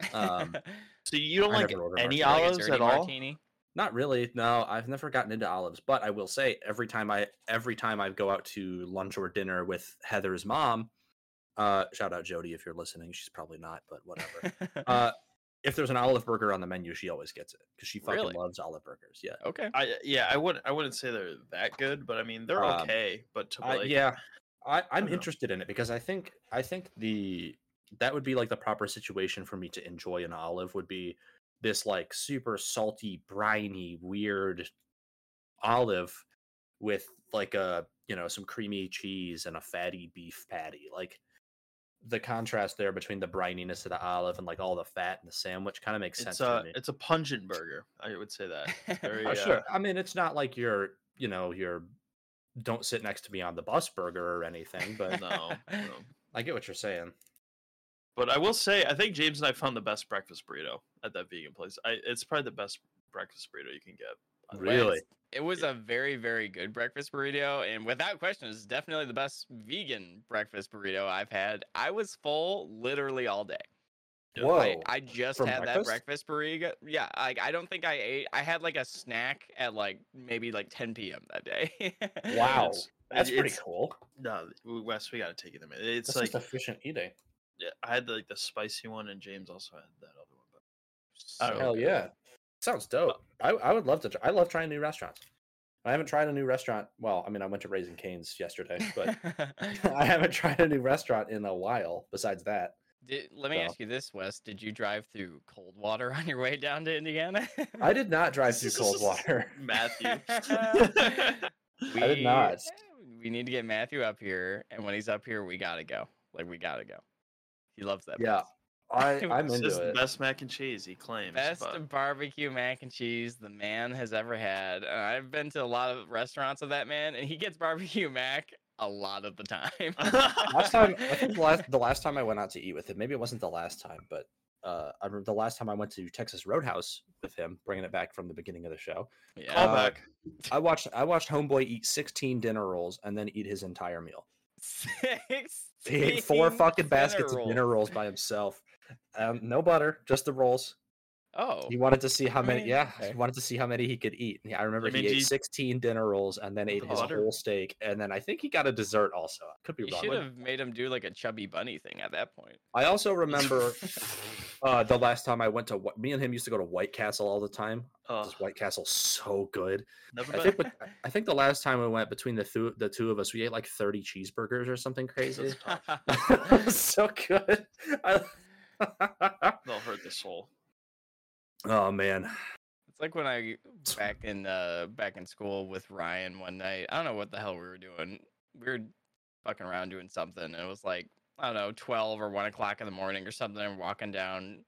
um,
So you don't
I
like
never order
any
martini.
Like a
olives
dirty
at all?
martini.
Not really. No, I've never gotten into olives, but I will say every time I every time I go out to lunch or dinner with Heather's mom, uh, shout out Jody if you're listening. She's probably not, but whatever. uh, if there's an olive burger on the menu, she always gets it because she fucking
Really?
loves olive burgers. Yeah,
okay.
I yeah, I wouldn't I wouldn't say they're that good, but I mean they're
Um,
okay. But to
I-
like
yeah. I, I'm
dunno.
interested in it because I think I think the that would be like the proper situation for me to enjoy an olive would be this like super salty, briny, weird olive with like a you know some creamy cheese and a fatty beef patty. Like the contrast there between the brininess of the olive and like all the fat in the sandwich kind of makes sense
it's
to
a
me.
it's a pungent burger. I would say that. Very,
Oh,
uh,
sure. I mean, it's not like you're, you know, you're don't sit next to me on the bus burger or anything, but
No, no.
I get what you're saying.
um, But I will say, I think James and I found the best breakfast burrito at that vegan place. I, it's probably the best breakfast burrito you can get. I like it.
Really?
It was a very, very good breakfast burrito, and without question, it's definitely the best vegan breakfast burrito I've had. I was full literally all day.
Yeah.
Like, I just
For
had that
breakfast?
breakfast burrito. Yeah, like I don't think I ate. I had like a snack at like maybe like 10 p.m. that day.
Wow.
It's-
That's
it-
pretty
it's-
cool.
No, w- Wes, we gotta take it a minute. It's
It's
like
like efficient eating.
yeah, I had like the spicy one, and James also had that other one. But
So
don't know.
Oh, Hell
good.
yeah. Sounds dope. I, I would love to. Try, I love trying new restaurants. I haven't tried a new restaurant. Well, I mean, I went to Raising Cane's yesterday, but I haven't tried a new restaurant in a while. Besides that,
Did- let me
So.
ask you this, Wes. Did you drive through cold water on your way down to Indiana?
I did not drive through cold water.
Matthew,
we,
did not.
We need to get Matthew up here, and when he's up here, we gotta go. Like we gotta go. He loves that.
Yeah, I, I'm
It's
this is
into
the
it.
best mac and cheese he claims.
place. Best
but
barbecue mac and cheese the man has ever had. And I've been to a lot of restaurants of that man, and he gets barbecue mac a lot of the time.
last time I think the last the last time I went out to eat with him, maybe it wasn't the last time, but uh, I remember the last time I went to Texas Roadhouse with him, bringing it back from the beginning of the show.
yeah.
Uh,
callback.
I watched I watched Homeboy eat 16 dinner rolls and then eat his entire meal.
Six.
He ate four fucking baskets of dinner rolls by himself. Um, no butter, just the rolls.
Oh.
He wanted to see how many.
Right,
Yeah,
okay.
he wanted to see how many he could eat. Yeah, I remember
mean,
he ate
do you-
16 dinner rolls and then
With
ate
the
his
butter?
whole steak. And then I think he got a dessert also. I could be
You
wrong.
should have made him do like a chubby bunny thing at that point.
I also remember uh, the last time I went to Wh- me and him used to go to White Castle all the time.
Oh,
This White Castle's so good.
never
I
been.
think, bet- I think the last time we went between the two the two of us, we ate like thirty cheeseburgers or something crazy. It was so good. I-
They'll hurt the soul.
oh man,
It's like when I back in uh back in school with Ryan one night. I don't know what the hell we were doing. We were fucking around doing something, and it was like I don't know, twelve or one o'clock in the morning or something. And we're walking down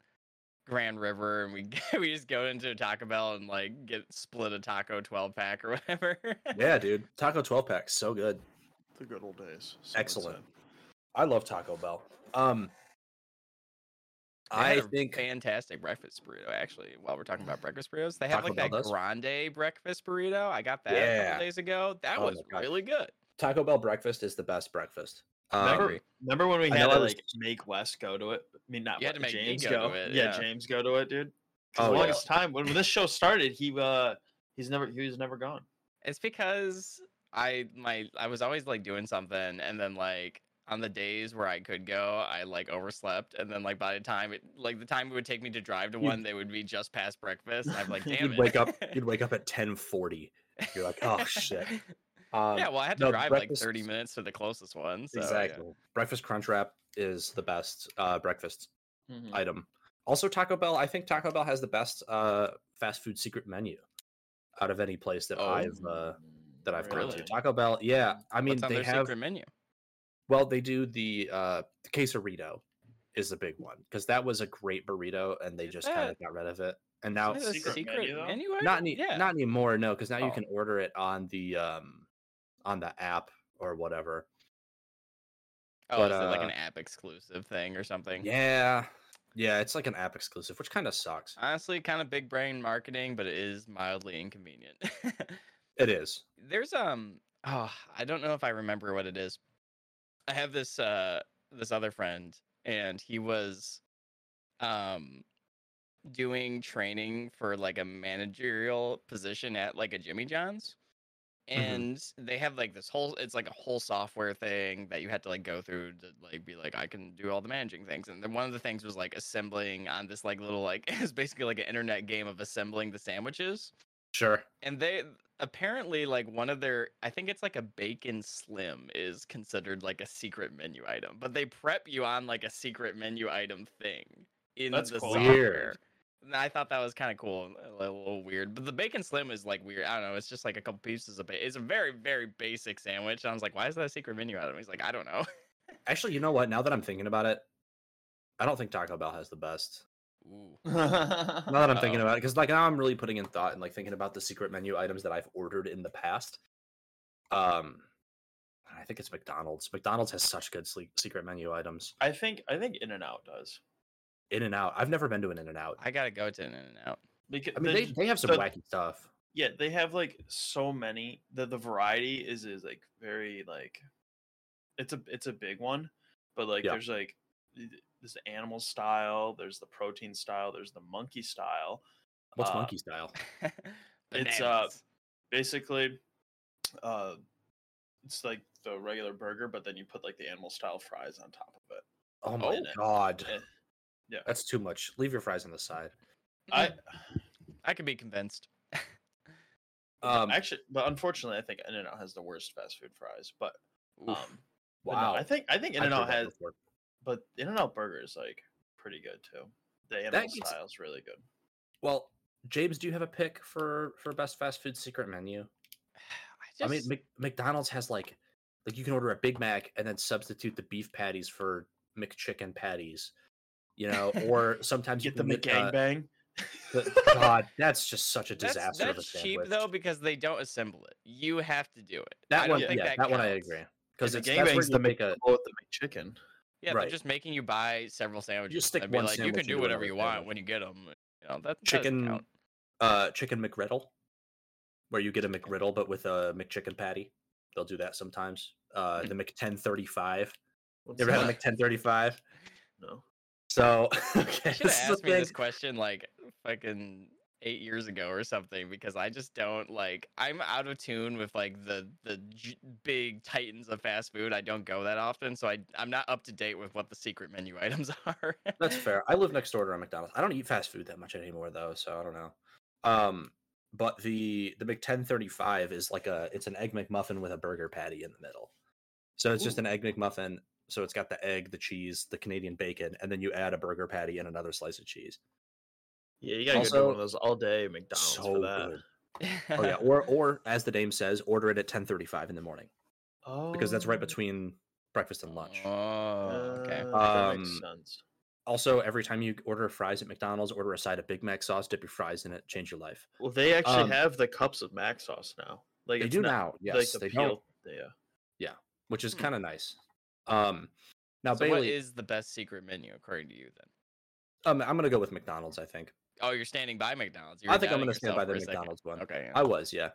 Grand River, and we g- we just go into a Taco Bell and like get split a taco twelve pack or whatever.
yeah, dude, taco twelve pack, so good.
The good old days. uh,
Excellent. I love Taco Bell. Um,
They had
I
a
think
fantastic breakfast burrito. Actually, while we're talking about breakfast burritos, they have
Taco
like
Bell
that
does?
grande breakfast burrito. I got that a
Yeah.
couple days ago. That
Oh my
was
gosh.
really good.
Taco Bell breakfast is the best breakfast.
I
Um,
agree.
Remember, remember when we
I
had
know
to
I was-
like make Wes go to it? I mean, not
You had to
Wes,
make me
James
go to it,
Yeah,
yeah.
James go to it, dude.
Oh,
'Cause the
yeah.
longest time when, when this show started, he uh, he's never he was never gone.
It's because I my I was always like doing something, and then like on the days where I could go, I like overslept, and then like by the time it like the time it would take me to drive to
You'd-
one, they would be just past breakfast. and I'm like, damn
you'd
it.
wake up, you'd wake up at ten forty. You're like, oh shit. Um,
yeah, well, I had to
no,
drive like 30
breakfast-
minutes to the closest one. So, yeah.
exactly. Breakfast crunch wrap is the best uh, breakfast
Mm. Mm-hmm.
item. Also, Taco Bell. I think Taco Bell has the best uh, fast food secret menu out of any place that
Oh,
I've uh, that I've gone to.
really?
Taco Bell. Yeah, I mean
What's on
they
their
have.
secret menu?
Well, they do the uh, the quesarito is the big one because that was a great burrito and they
Is
just kind of
that-
got rid of it. And
Isn't
now
it a
Secret menu, though?
menu item?
not any,
yeah.
not anymore no because now you
Oh.
can order it on the um on the app or whatever.
Oh,
But,
is it like
uh,
an app exclusive thing or something?
Yeah. Yeah, it's like an app exclusive, which kind of sucks.
Honestly, kind of big brain marketing, but it is mildly inconvenient.
It is.
There's um oh, I don't know if I remember what it is. I have this uh this other friend and he was um doing training for like a managerial position at like a Jimmy John's.
Mhm.
And they have like this whole it's like a whole software thing that you had to like go through to like be like I can do all the managing things. And then one of the things was like assembling on this like little like it's basically like an internet game of assembling the sandwiches
Sure.
and they apparently like one of their i think it's like a bacon slim is considered like a secret menu item but they prep you on like a secret menu item thing in
That's
the
cool.
software.
Weird.
and i thought that was kind of cool and a little weird but the bacon slim is like weird i don't know it's just like a couple pieces of ba- it's a very very basic sandwich and i was like why is that a secret menu item he's like i don't know
Actually, you know what? Now that I'm thinking about it, I don't think Taco Bell has the best.
Ooh.
Now that I'm thinking
Uh-oh.
about it, because like now I'm really putting in thought and like thinking about the secret menu items that I've ordered in the past. Um, I think it's McDonald's. McDonald's has such good sleek secret menu items.
I think I think In and Out does
In and out. I've never been to an In and Out.
i gotta go to an in and out
because
I mean, they, they have some
the-
wacky stuff.
yeah they have like so many that the variety is is like very like it's a it's a big one, but like
Yeah.
there's like th- there's the animal style, there's the protein style, there's the monkey style.
What's
uh,
monkey style?
It's, uh,
Bananas.
basically uh it's like the regular burger but then you put like the animal style fries on top of it
Oh my
oh,
god,
eh, yeah.
that's too much. Leave your fries on the side.
i
i could be convinced
Um,
actually but unfortunately i think in and out has the worst fast food fries but
Oof.
um but no,
wow,
i think i think in
I've
and out
heard that
has
before.
but in and out burger is like pretty good too the animal
That gets-
style is really good
Well, James, do you have a pick for for best fast food secret menu?
I,
I mean,
just-
Mc, McDonald's has like like you can order a Big Mac and then substitute the beef patties for McChicken patties, you know, or sometimes
get
you
the
can get, uh,
mcgangbang
the- God, that's just such a disaster of
That's,
a
that's cheap
sandwich.
though because they don't assemble it. You have to do it. I
that
don't
one, yeah,
think
that,
that
one I
counts.
agree because
the
it's that's where
gangbang's
you
the
make a
Oh, with the mcchicken
Yeah,
Right.
they're just making you buy several sandwiches.
stick
They'd be
one
like, you
sandwich
can do
into
whatever
another
you want
sandwich.
when you get them. You know, that that doesn't
chicken
count.
uh chicken McGriddle, where you get a McGriddle but with a McChicken patty. They'll do that sometimes. Uh,
Hmm.
the Mc1035.
What's
You ever had a
that?
Mc1035?
no
So okay,
You should
this is
have
the
asked me
thing.
this question like fucking eight years ago or something because I just don't like. I'm out of tune with like the the j- big titans of fast food. I don't go that often, so I I'm not up to date with what the secret menu items are.
That's fair. I live next door to a McDonald's. I don't eat fast food that much anymore though, so I don't know. Um, but the the McTen35 is like a it's an egg McMuffin with a burger patty in the middle. So it's just an egg McMuffin. So it's got the egg, the cheese, the Canadian bacon, and then you add a burger patty and another slice of cheese.
yeah you gotta go
Also,
do one of those all day mcdonald's for that
good. Oh yeah. Or or as the name says, order it at 10:35 in the morning
oh
because that's right between breakfast and lunch.
Oh, okay.
Uh, that makes
Um,
sense
Also, every time you order fries at McDonald's, order a side of Big Mac sauce, dip your fries in it, change your life.
Well, they actually
Um,
have the cups of mac sauce now. Like
They
it's
do
not
now. Yes,
like the
they don't.
peel. Yeah.
which is
Hmm.
kind of nice. Um, now
so what
Bailey,
is the best secret menu according to you then?
um, I'm gonna go with McDonald's. I think.
Oh, you're standing by McDonald's. You
I
were
think I'm
doubting
gonna stand by
yourself
the
for a second.
McDonald's one.
Okay. yeah.
I was, yeah.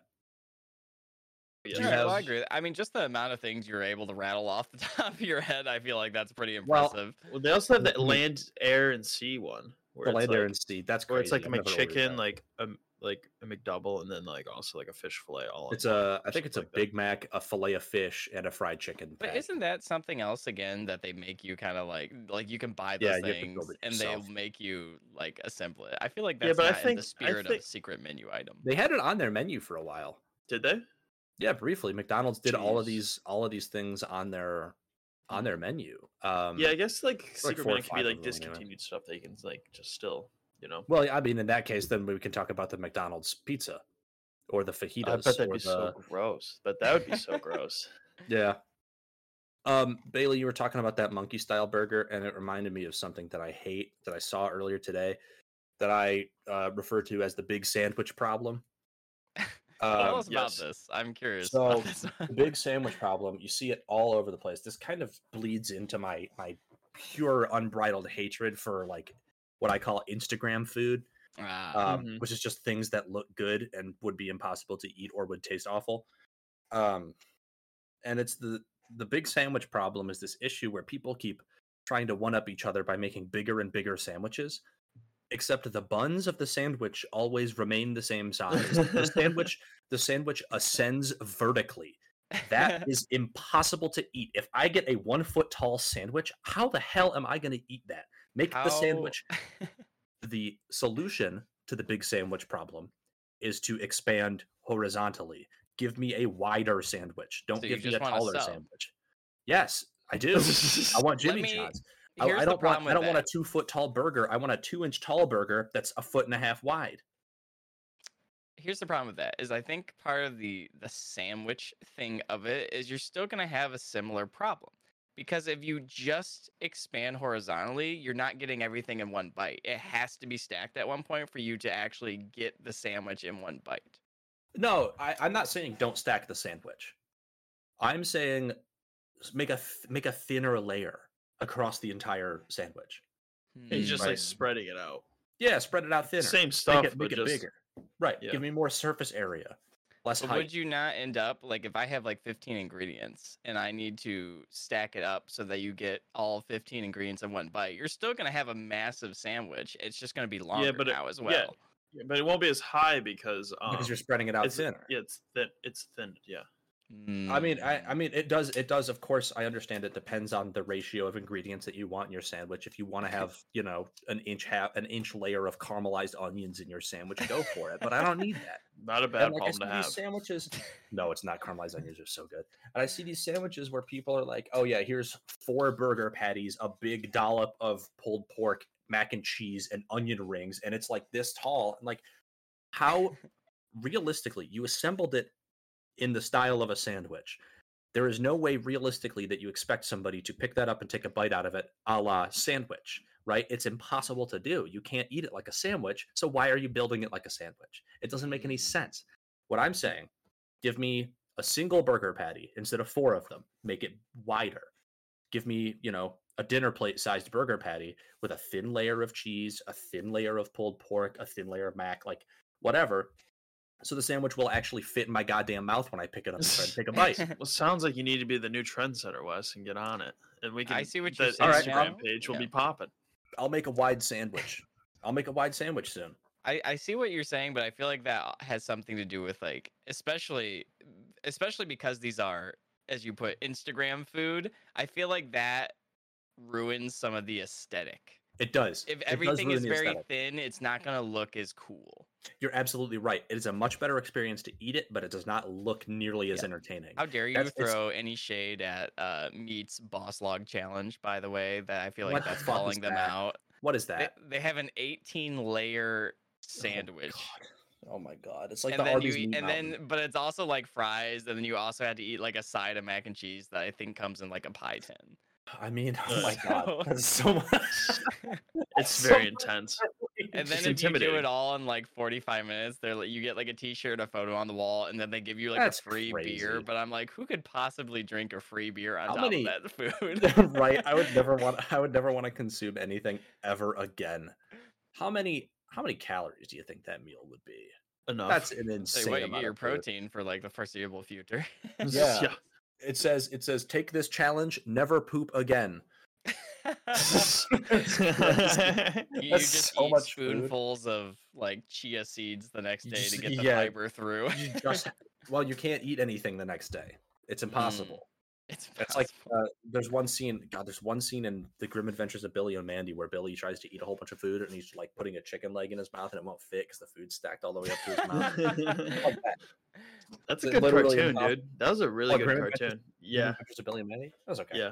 Yeah,
you
Alright, well, I
have-
agree. with- I mean, just the amount of things you're able to rattle off the top of your head, I feel like that's pretty
Well,
impressive.
Well, they also have that
Mm.
land, air, and sea one. Where
The
it's
land there
like,
and sea. That's crazy.
where it's like a
I've never ordered
McChicken,
that.
like a m- like a McDouble, and then like also like a fish fillet. All in
it's
one
a.
or
I think it's a
something like
Big Mac, a fillet of fish, and a fried chicken.
but
patty.
isn't that something else again that they make you kind of like like you can buy
Yeah,
those
you have to
things
build it
and they'll
yourself.
make you like assemble it? I feel like
Yeah,
that's
but I
not in
think- I
the spirit
think-
of a secret menu item.
they had it on their menu for a while?
that. Did they?
Yeah, briefly. McDonald's did all of
Jeez. Mm-hmm.
these all of these things on their on their menu. Um,
yeah, I guess like
like
secret
four or
menu can
five
be
of
like
them anyway.
discontinued stuff that you can like just still, you know.
Well, I mean, in that case, then we can talk about the McDonald's pizza or the fajitas.
I bet that'd
or the,
be so gross. But that would be so gross.
Yeah. Um, Bailey, you were talking about that monkey style burger, and it reminded me of something that I hate that I saw earlier today that I uh, refer to as the big sandwich problem.
Tell
Um,
us about
yes.
this. I'm curious.
So,
about this.
the big sandwich problem you see it all over the place this kind of bleeds into my my pure unbridled hatred for like what i call instagram food
Ah,
um,
Mhm.
which is just things that look good and would be impossible to eat or would taste awful um, and it's the the big sandwich problem is this issue where people keep trying to one up each other by making bigger and bigger sandwiches except the buns of the sandwich always remain the same size the sandwich the sandwich ascends vertically that is impossible to eat. If I get a one foot tall sandwich, how the hell am I going to eat that? Make the
How-
sandwich. The solution to the big sandwich problem is to expand horizontally. Give me a wider sandwich. Don't
So you
give me
just
a
want a
taller
sub.
sandwich. Yes, I do. I want
Let
Jimmy
me-
John's. I,
Here's
I
the
don't want.
problem
I don't
with
want a
that.
two foot tall burger. I want a two inch tall burger that's a foot and a half wide.
here's the problem with that is I think part of the the sandwich thing of it is you're still gonna have a similar problem because if you just expand horizontally, you're not getting everything in one bite. It has to be stacked at one point for you to actually get the sandwich in one bite.
No, I, I'm not saying don't stack the sandwich. I'm saying s- make a th- make a thinner layer across the entire sandwich.
Hmm.
He's just
Right.
like spreading it out.
Yeah, spread it out thinner. Make
Same stuff,
it,
but
make it
just
bigger. Right.
yeah.
Give me more surface area. Less
But
height.
would you not end up like if I have like 15 ingredients and I need to stack it up so that you get all 15 ingredients in one bite? You're still gonna have a massive sandwich. It's just gonna be longer
but it-
now as
yeah,
well.
Yeah, but it won't be as high because um,
because you're spreading it out
it's,
thinner.
Yeah, it's thin. It's thin. Yeah.
I mean, I, I
Mm.
mean, it does. It does. Of course, I understand. It depends on the ratio of ingredients that you want in your sandwich. If you want to have, you know, an inch half, an inch layer of caramelized onions in your sandwich, go for it. But I don't need that.
Not a bad
And, like, I
problem to
see
have.
These sandwiches. No, it's not caramelized onions are so good. And I see these sandwiches where people are like, "Oh yeah, here's four burger patties, a big dollop of pulled pork, mac and cheese, and onion rings, and it's like this tall." And like, how realistically you assembled it in the style of a sandwich? There is no way realistically that you expect somebody to pick that up and take a bite out of it, a la sandwich. Right? It's impossible to do. You can't eat it like a sandwich. So why are you building it like a sandwich? It doesn't make any
Mm.
sense. What I'm saying give me a single burger patty instead of four of them make it wider give me you know a dinner plate sized burger patty with a thin layer of cheese a thin layer of pulled pork a thin layer of mac like whatever so the sandwich will actually fit in my goddamn mouth when i pick it up and try to take a bite
Well, sounds like you need to be the new trendsetter, Wes, and get on it. And we can.
I see what you're
the
saying
Instagram
now.
page will
Yeah.
be popping.
i'll make a wide sandwich i'll make a wide sandwich soon
I, I see what you're saying, but I feel like that has something to do with like especially especially because these are, as you put, Instagram food. I feel like that ruins some of the aesthetic.
it does
If
It does
everything
ruin
is
the
very
aesthetic.
thin, it's not gonna look as cool.
you're absolutely right it is a much better experience to eat it but it does not look nearly as
Yeah.
entertaining
How dare you
That's- it's-
throw any shade at uh Meat's boss log challenge, by the way, that I feel like
What the
that's
fuck is
calling them
that?
out.
what is
They,
that
they have an 18 layer
Oh,
sandwich.
God. oh my god it's like
and
the
then you
Arby's
eat,
meat
and
mountain.
then but it's also like fries and then you also had to eat like a side of mac and cheese that i think comes in like a pie tin
I mean, oh my
So-
god, that's so much.
It's very intense.
and then if
It's
you do it
intimidating.
all in like 45 minutes they're like you get like a t-shirt a photo on the wall and then they give you like
That's
a free beer
crazy.
but i'm like who could possibly drink a free beer on
How
top
many-
of that food
right? I would never want. I would never want to consume anything ever again. How many? How many calories do you think that meal would be?
Enough.
That's an
Say
insane
what you
amount
get your
of food.
protein for like the foreseeable future.
yeah. It says. It says. Take this challenge. Never poop again.
yeah.
you, you
That's
just
so
eat
much food.
spoonfuls of like chia seeds the next
You
day to
just-
get the
yeah,
fiber through.
You just. well, you can't eat anything the next day.
Mm,
It's impossible.
It's,
It's like
possible.
uh, there's one scene. God, there's one scene in The Grim Adventures of Billy and Mandy where Billy tries to eat a whole bunch of food and he's like putting a chicken leg in his mouth and it won't fit because the food's stacked all the way up to his mouth.
mouth. That's a
It's
good
literally
cartoon,
impossible.
dude. That was a really
Oh,
good
Grim Adventures-
cartoon.
Grim
Yeah.
Adventures of Billy and Mandy. That was okay.
Yeah.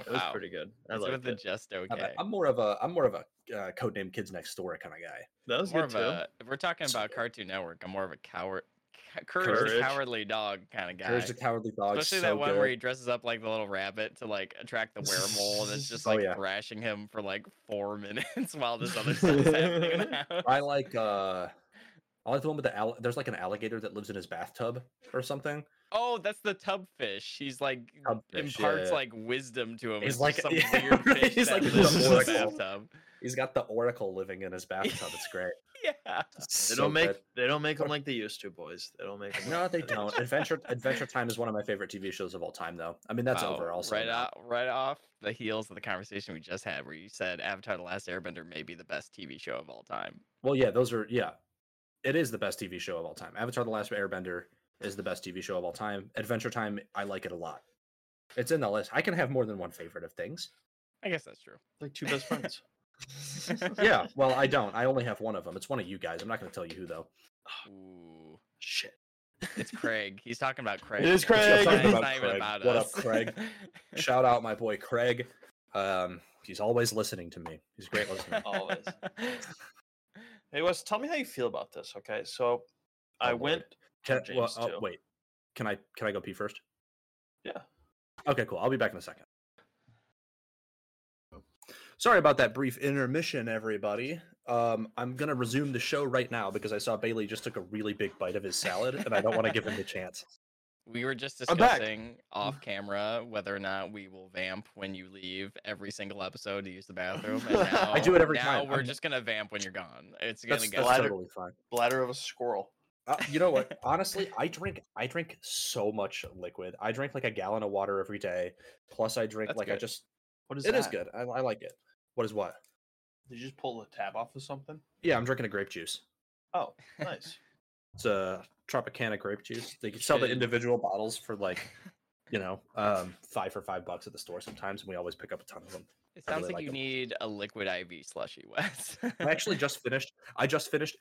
It was
Wow.
pretty good. I
It's with
liked
the
it.
just
Not bad.
okay.
I'm more of a I'm more of a uh, codename Kids Next Door kind of guy.
That was
More
good
of
too.
a, if we're talking
It's
about
good.
Cartoon Network, I'm more of a coward, ca- courage, the
Courage.
cowardly dog kind of guy.
There's the Cowardly Dog.
Especially
so
that one where he
good.
dresses up like the little rabbit to like attract the werewolf, and it's just
Oh,
like
yeah.
thrashing him for like four minutes while this other stuff is happening. in the house.
I like uh I like the one with the al- there's like an alligator that lives in his bathtub or something.
Oh, that's the tub fish. He's like
Tub fish, yeah,
imparts
yeah.
like wisdom to him.
He's
It's
like-
some
yeah,
weird
right,
fish
he's
that
like
the
lives in the
oracle.
bathtub.
He's got the oracle living in his bathtub. It's great.
Yeah.
They
So
don't make
good.
they don't make them like they used to, boys. They don't make 'em
No,
like
they
that.
don't. Adventure Adventure Time is one of my favorite TV shows of all time, though. I mean, that's
Wow,
over. Also,
right
now.
off, right off the heels of the conversation we just had, where you said Avatar: The Last Airbender may be the best TV show of all time.
Well, yeah, those are yeah. It is the best TV show of all time. Avatar: The Last Airbender is the best TV show of all time. Adventure Time, I like it a lot. It's in the list. I can have more than one favorite of things.
I guess that's true.
Like two best friends.
Yeah, well, I don't. I only have one of them. It's one of you guys. I'm not going to tell you who though.
Ooh,
Shit.
it's Craig. He's talking about Craig.
is
It's not-
Craig.
It's
Talking
not,
about
even
Craig.
about
What up,
us.
Craig? Shout out my boy Craig. Um, he's always listening to me. He's a great listener.
Always. Hey Wes, tell me how you feel about this, okay? So I
Lord.
went
Can,
James
well, oh,
too.
wait. Can I can I go pee first?
Yeah.
Okay, cool. I'll be back in a second. Sorry about that brief intermission, everybody. Um, I'm gonna resume the show right now because I saw Bailey just took a really big bite of his salad, and I don't want to give him the chance.
We were just
I'm back.
discussing off camera whether or not we will vamp when you leave every single episode to use the bathroom. And now,
I do it every
now
time.
We're
I'm-
just gonna vamp when you're gone. It's gonna
That's,
go.
that's
Bladder-
totally fine.
bladder of a squirrel.
Uh, you know what? Honestly, I drink I drink so much liquid. I drink like a gallon of water every day. Plus, I drink
That's
like I
good.
just
What
it
is
is
that?
good. I, I like it. What is what?
Did you just pull the tab off of something?
Yeah, I'm drinking a grape juice.
Oh, nice.
It's a Tropicana grape juice. They can sell the
Shit.
individual bottles for like, you know, um, five for five bucks at the store sometimes, and we always pick up a ton of them.
It
I
sounds
really
like,
like
you
them.
need a liquid IV slushy, Wes.
I actually just finished. I just finished.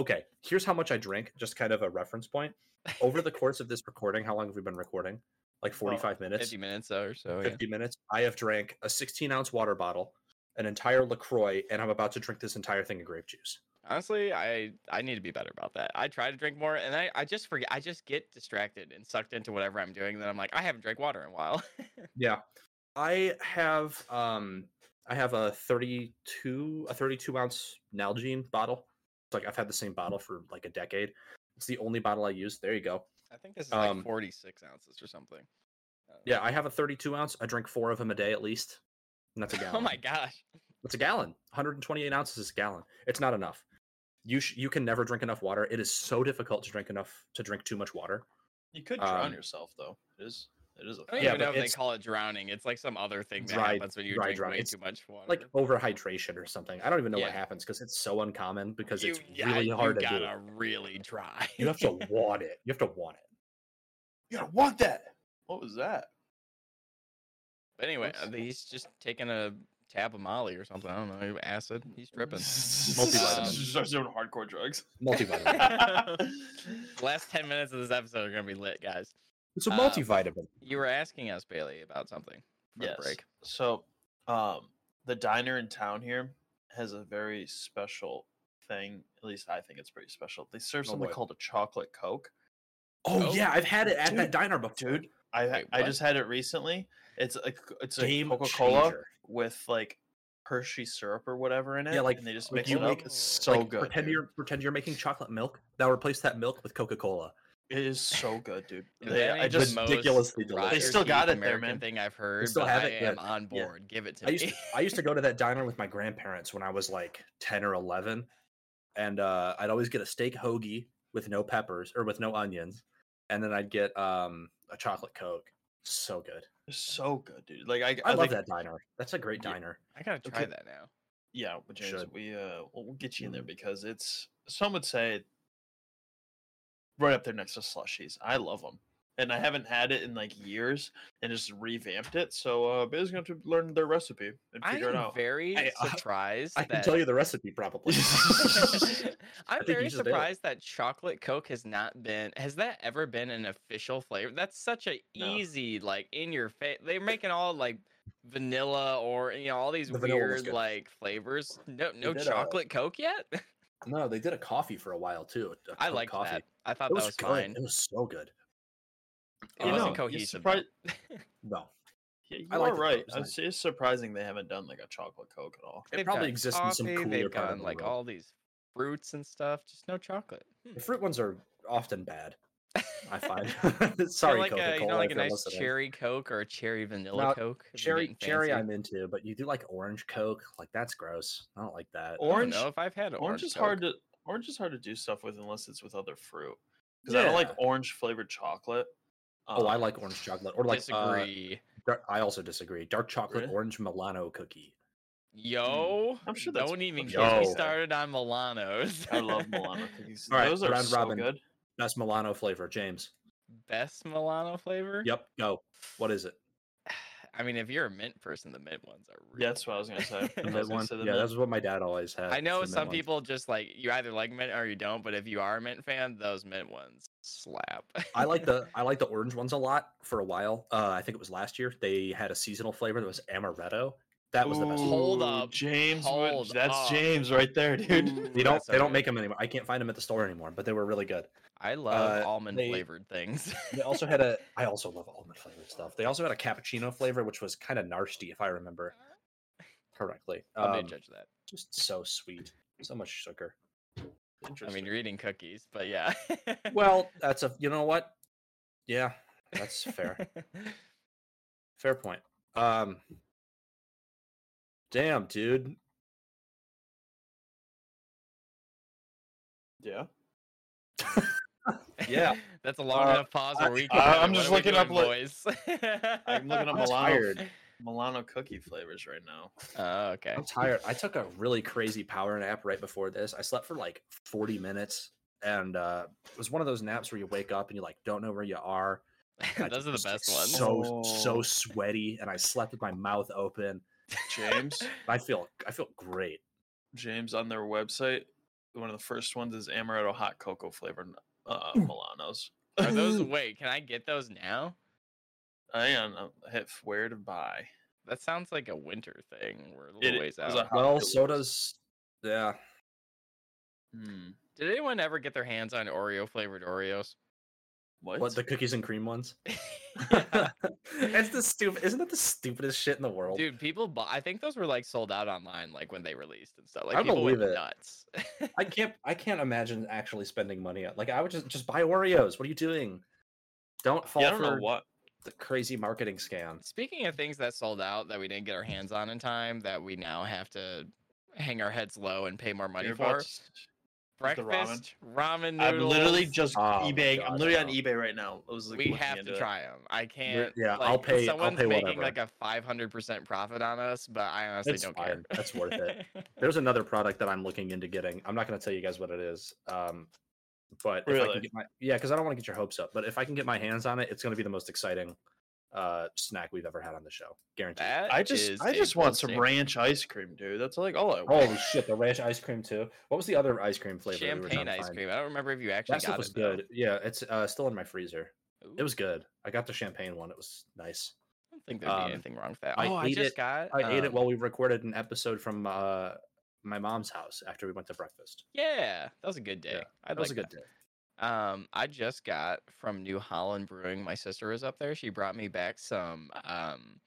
Okay, here's how much I drink. Just kind of a reference point. Over the course of this recording, how long have we been recording? Like 45 minutes,
50 minutes or so. yeah.
50 minutes. I have drank a 16 ounce water bottle, an entire Lacroix, and I'm about to drink this entire thing of grape juice.
Honestly, I I need to be better about that. I try to drink more, and I I just forget. I just get distracted and sucked into whatever I'm doing. And then I'm like, I haven't drank water in a while.
Yeah. I have um I have a 32 a 32 ounce Nalgene bottle. It's like I've had the same
Mm.
bottle for like a decade. It's the only bottle I use. There you go.
I think this is
Um,
like 46 ounces or something. Uh,
Yeah, I have a 32 ounce. I drink four of them a day at least. And that's a gallon.
Oh my gosh.
That's a gallon. 128 ounces is a gallon. It's not enough. You sh- you can never drink enough water. It is so difficult to drink enough to drink too much water.
You could drown
Um,
yourself though. It is it is a
I don't
Yeah,
even
but
know if they
it's-
call it drowning. It's like some other thing that
Dry-
happens when you
dry
drink
drowning.
way
It's
too much water.
Like overhydration or something. I don't even know
Mm. Yeah.
what happens because it's so uncommon because
You-
it's
yeah,
really hard
you
to do.
gotta really try.
You have to want it. You have to want it.
You gotta want that. What was that?
But anyway,
What's-
uh, he's just taking a tab of Molly or something. I don't know. Acid. He's tripping.
Multivitamin.
She starts doing hardcore drugs.
Multivitamin.
The last 10 minutes of this episode are going to be lit, guys.
it's a
Uh,
multivitamin.
You were asking us, Bailey, about something. For the
yes.
break.
So, um, the diner in town here has a very special thing. At least I think it's pretty special. They serve
Oh,
something
boy.
called a chocolate coke.
Oh,
Oh,
yeah, I've had it at
dude,
that diner before.
Dude, I
Wait,
I
what?
just had it recently. It's a c- it's a
Game
Coca Cola
changer.
with like Hershey syrup or whatever in it.
Yeah, like-
and they just
like
mix
you
it up.
make-
It's so
Like,
good.
Pretend
dude.
you're pretend you're making chocolate milk. Now replace that milk with Coca Cola.
It is so good, dude.
If
They-
that
I
ain't
just
the most
ridiculously
rot
delicious.
They
your
still got
teeth
it there,
American
man.
Thing I've heard.
still
but
have
I
it? Yeah.
am on
Yeah.
board. Give it to
I
me.
used to, I used to go to that diner with my grandparents when I was like ten or eleven, and uh, I'd always get a steak hoagie with no peppers or with no onions, and then I'd get um, a chocolate coke. So good.
It's so good, dude. Like I,
I, love
like-
that diner. That's a great
Yeah.
diner.
I gotta try
Okay.
that now.
Yeah, but James,
should.
we uh, we'll we'll get you in there
Mm-hmm.
because it's some would say right up there next to slushies. I love them, and I haven't had it in like years, and just revamped it. So uh, Biz gonna have to learn their recipe and
I
figure it
am
out.
very
I- I-
surprised.
I can
that-
tell you the recipe probably.
I'm
think you
very
just did it.
surprised that chocolate coke has not been has that ever been an official flavor? That's such a
No.
easy like in your face. They're making all like vanilla or you know all these
The vanilla was
weird
good.
like flavors. No no
did, uh,
chocolate coke yet?
no, they did a coffee for a while too. a
I
Coke
like that. I thought
It
that
was,
was
good.
fine.
It was so good.
It
You
wasn't
know,
you're
cohesive. though.
Uh, surpri-
No,
Yeah, you
I like
are
the
right.
flavors,
It's, it's surprising they haven't done like a chocolate coke at all.
it
They've
probably
done
exists in some
coffee,
cooler
They've
part of
done
the
like
world.
all these fruits and stuff. Just no chocolate.
The fruit ones are often bad. I find.
You know,
Sorry,
like
Coca
a, you
Cola.
know, like a nice cherry Coke or a cherry vanilla
No,
Coke. if you're
cherry,
getting
cherry.
fancy.
I'm into, but you do like orange Coke. Like that's gross. I don't like that.
I don't
Orange,
know if I've had orange.
orange is hard
Coke.
to orange is hard to do stuff with unless it's with other fruit. Because I don't like
Yeah.
orange flavored chocolate.
Oh, I
Um,
like orange chocolate, or like uh,
uh, disagree.
dar- I also disagree. Dark chocolate,
Really?
orange Milano cookie.
Yo,
I'm sure that's
don't even
pretty
get me
good.
started on Milanos.
I love Milano cookies.
All right,
Those are
round
so
robin.
good.
Best Milano flavor, James.
Best Milano flavor.
Yep, go. What is it?
I mean, if you're a mint person, the mint ones are. Really
Yeah, that's what I was gonna say.
The
I
mint
was gonna
one.
say the
yeah,
mint.
that's what my dad always had.
I
is
know
the mint
some
ones.
people just like you either like mint or you don't, but if you are a mint fan, those mint ones slap.
I like the I like the orange ones a lot for a while. Uh, I think it was last year they had a seasonal flavor that was amaretto. That was the best. one.
Hold
Ooh,
up,
James. would-
hold
that's
up.
James right there, dude.
Ooh,
They don't
that's so
they don't
good.
make them anymore. I can't find them at the store anymore, but they were really good.
I love
uh,
almond
they-
flavored things.
They also had a I also love almond flavored stuff. They also had a cappuccino flavor which was kind of nasty if I remember correctly.
How do
Um,
you judge that?
just so sweet. So much sugar.
I
Interesting.
mean, you're eating cookies, but yeah.
Well, that's a you know what? Yeah, that's fair. Fair point. Um Damn, dude.
yeah.
Yeah.
that's a long
Uh,
enough pause where
I-
we.
I- I'm just looking up, like-
boys.
I'm looking
I'm
up Milano,
tired.
Milano cookie flavors right now.
Oh, okay.
I'm tired. I took a really crazy power nap right before this. I slept for like 40 minutes and uh it was one of those naps where you wake up and you like don't know where you are. I
Those are the
just was
best ones.
So
Oh.
so sweaty and I slept with my mouth open.
James,
I feel I feel great.
James on their website, one of the first ones is amaretto hot cocoa flavored uh, Milanos.
Are those? Wait, can I get those now?
I am uh, hit where to buy.
That sounds like a winter thing. We're a
It
little ways
is
out.
a hot
Well,
cocoa.
sodas yeah.
Hmm.
Did anyone ever get their hands on Oreo flavored Oreos?
What?
What the cookies and cream ones?
Yeah.
That's the stupid. Isn't that the stupidest shit in the world?
Dude, people bought. I think those were like sold out online, like when they released and stuff. Like
I
people went
believe it.
nuts.
I can't. I can't imagine actually spending money. on Like I would just just buy Oreos. What are you doing? Don't fall
Yeah, I don't know
for
what.
the crazy marketing scams.
Speaking of things that sold out that we didn't get our hands on in time, that we now have to hang our heads low and pay more money
you're
for
about to- the ramen.
breakfast ramen
I'm
noodles.
literally just
Oh my
eBay. I'm
God,
literally on
no.
eBay right now. I was like,
we
looking
have to
into it.
try them. I can't.
yeah,
like,
I'll pay- I'll
Someone's
pay
making
whatever.
like a 500% profit on us, but I honestly
It's
don't care.
fine. That's worth it. There's another product that I'm looking into getting. I'm not going to tell you guys what it is. Um, but if I
Really?
can get my yeah, because I don't want to get your hopes up. But if I can get my hands on it, it's going to be the most exciting uh snack we've ever had on the show. Guaranteed.
That
I just,
is
I
a Oh,
just want
bold
some
statement.
ranch ice cream, dude. That's like all I want.
Holy shit! The ranch ice cream too. What was the other ice cream flavor? we were trying
champagne
to
ice
find?
cream. I don't remember if you actually
That stuff
got
was
it. though.
good. Yeah, it's uh, still in my freezer. It
Ooh,
was good. I got the champagne one. It was nice.
I don't think there'd be
um,
anything wrong with that.
I
oh, I
ate
just
it-
got.
I ate it
um,
while we recorded an episode from uh, my mom's house after we went to breakfast.
Yeah, that was a good day.
Yeah,
I
That was
like
a good day.
Um, I just got from New Holland Brewing. My sister was up there. She brought me back some. Um,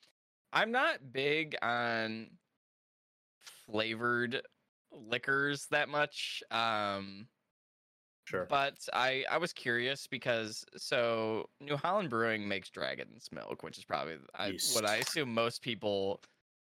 I'm not big on flavored liquors that much. Um,
Sure.
but I I was curious because so New Holland Brewing makes Dragon's Milk, which is probably th- I, what I
Yeast.
assume most people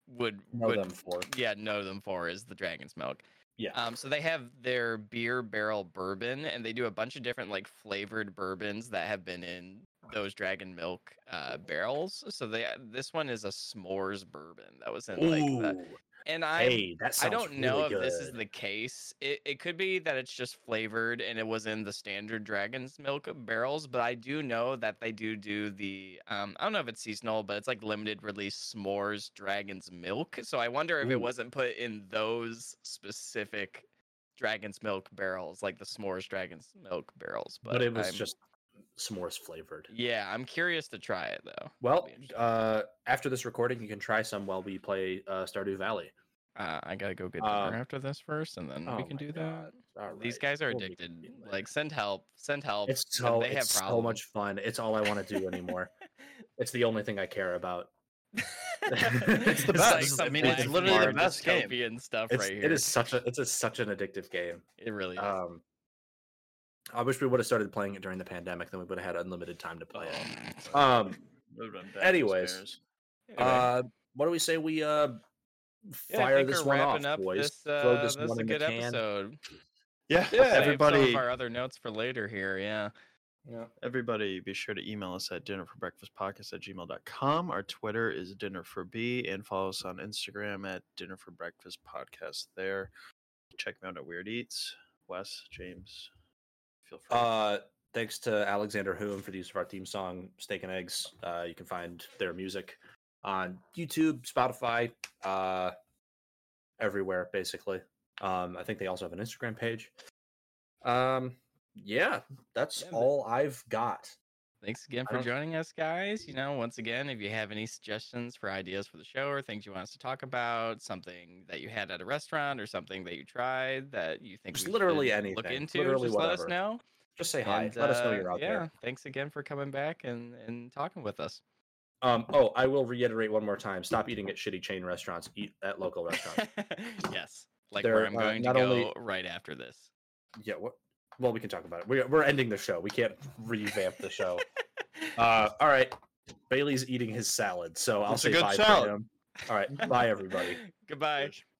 would
know
would
them for.
yeah know them for is the Dragon's Milk.
Yeah.
Um, so they have their beer barrel bourbon, and they do a bunch of different like flavored bourbons that have been in those Dragon Milk uh, barrels. So they this one is a s'mores bourbon that was in like the,
Ooh,
and I
hey, that
I
sounds
don't know
really
if this is
good.
the case. It, it could be that it's just flavored and it was in the standard dragon's milk barrels, but I do know that they do do the um I don't know if it's seasonal, but it's like limited release s'mores dragon's milk. So I wonder if
Ooh.
it wasn't put in those specific dragon's milk barrels, like the s'mores dragon's milk barrels. But,
but it was
I'm-
just s'mores flavored.
yeah, I'm curious to try it though.
Well,
be interesting.
uh, after this recording, you can try some while we play uh, Stardew Valley.
Uh, I gotta go get dinner
Um,
after this first, and then we
oh
can
my
do that.
God. All
These
right,
guys are
we'll make it
addicted.
feel better.
Like send help, send help.
it's
and
so it's so much fun. It's all I want
problems.
to do anymore. it's the only thing I care about. It's the
like
best. I
some
mean, it's
black
literally the
mark
best game.
dystopian stuff
It's,
right here.
It is such a it's a, such an addictive game.
It really is.
Um, I wish we would have started playing it during the pandemic. Then we would have had unlimited time to
oh,
play
Oh.
it. Um,
Would've been bad
anyways,
upstairs.
Anyway,
uh, what do we say we uh
yeah, I
fire
think
this
we're
one off,
wrapping up
boys?
This, uh,
Throw this
this
one
is a
in the
good
can.
episode.
yeah,
We'll save some of
everybody,
our other notes for later here. Yeah.
everybody, be sure to email us at dinner for breakfast podcast at gmail.com. Our Twitter is dinner for B, and follow us on Instagram at dinner for breakfast podcast. There, check me out at Weird Eats. Wes, James, feel free.
Uh, thanks to Alexander Hume for the use of our theme song, Steak and Eggs. Uh, you can find their music on YouTube, Spotify, uh, everywhere, basically. Um, I think they also have an Instagram page. Um, yeah, that's
Yeah, but-
all I've got.
Thanks again
I
for
don't-
joining us, guys. You know, once again, if you have any suggestions for ideas for the show or things you want us to talk about, something that you had at a restaurant or something that you tried that you think
Just
we
literally
should look
anything,
into,
literally
just let us
whatever.
know.
Just say hi.
And,
Let us know
uh,
you're out
yeah,
there.
Thanks again for coming back and and talking with us.
Um, oh, I will reiterate one more time: stop eating at shitty chain restaurants. Eat at local restaurants.
yes, like
There,
where I'm
uh,
going to
not
go
only-
right after this.
yeah. What? Well, we can talk about it. We're, we're ending the show. We can't revamp the show. Uh, all right. Bailey's eating his salad, so I'll
It's a
say
good
bye
salad.
for him. All right. Bye, everybody.
Goodbye.
Cheers.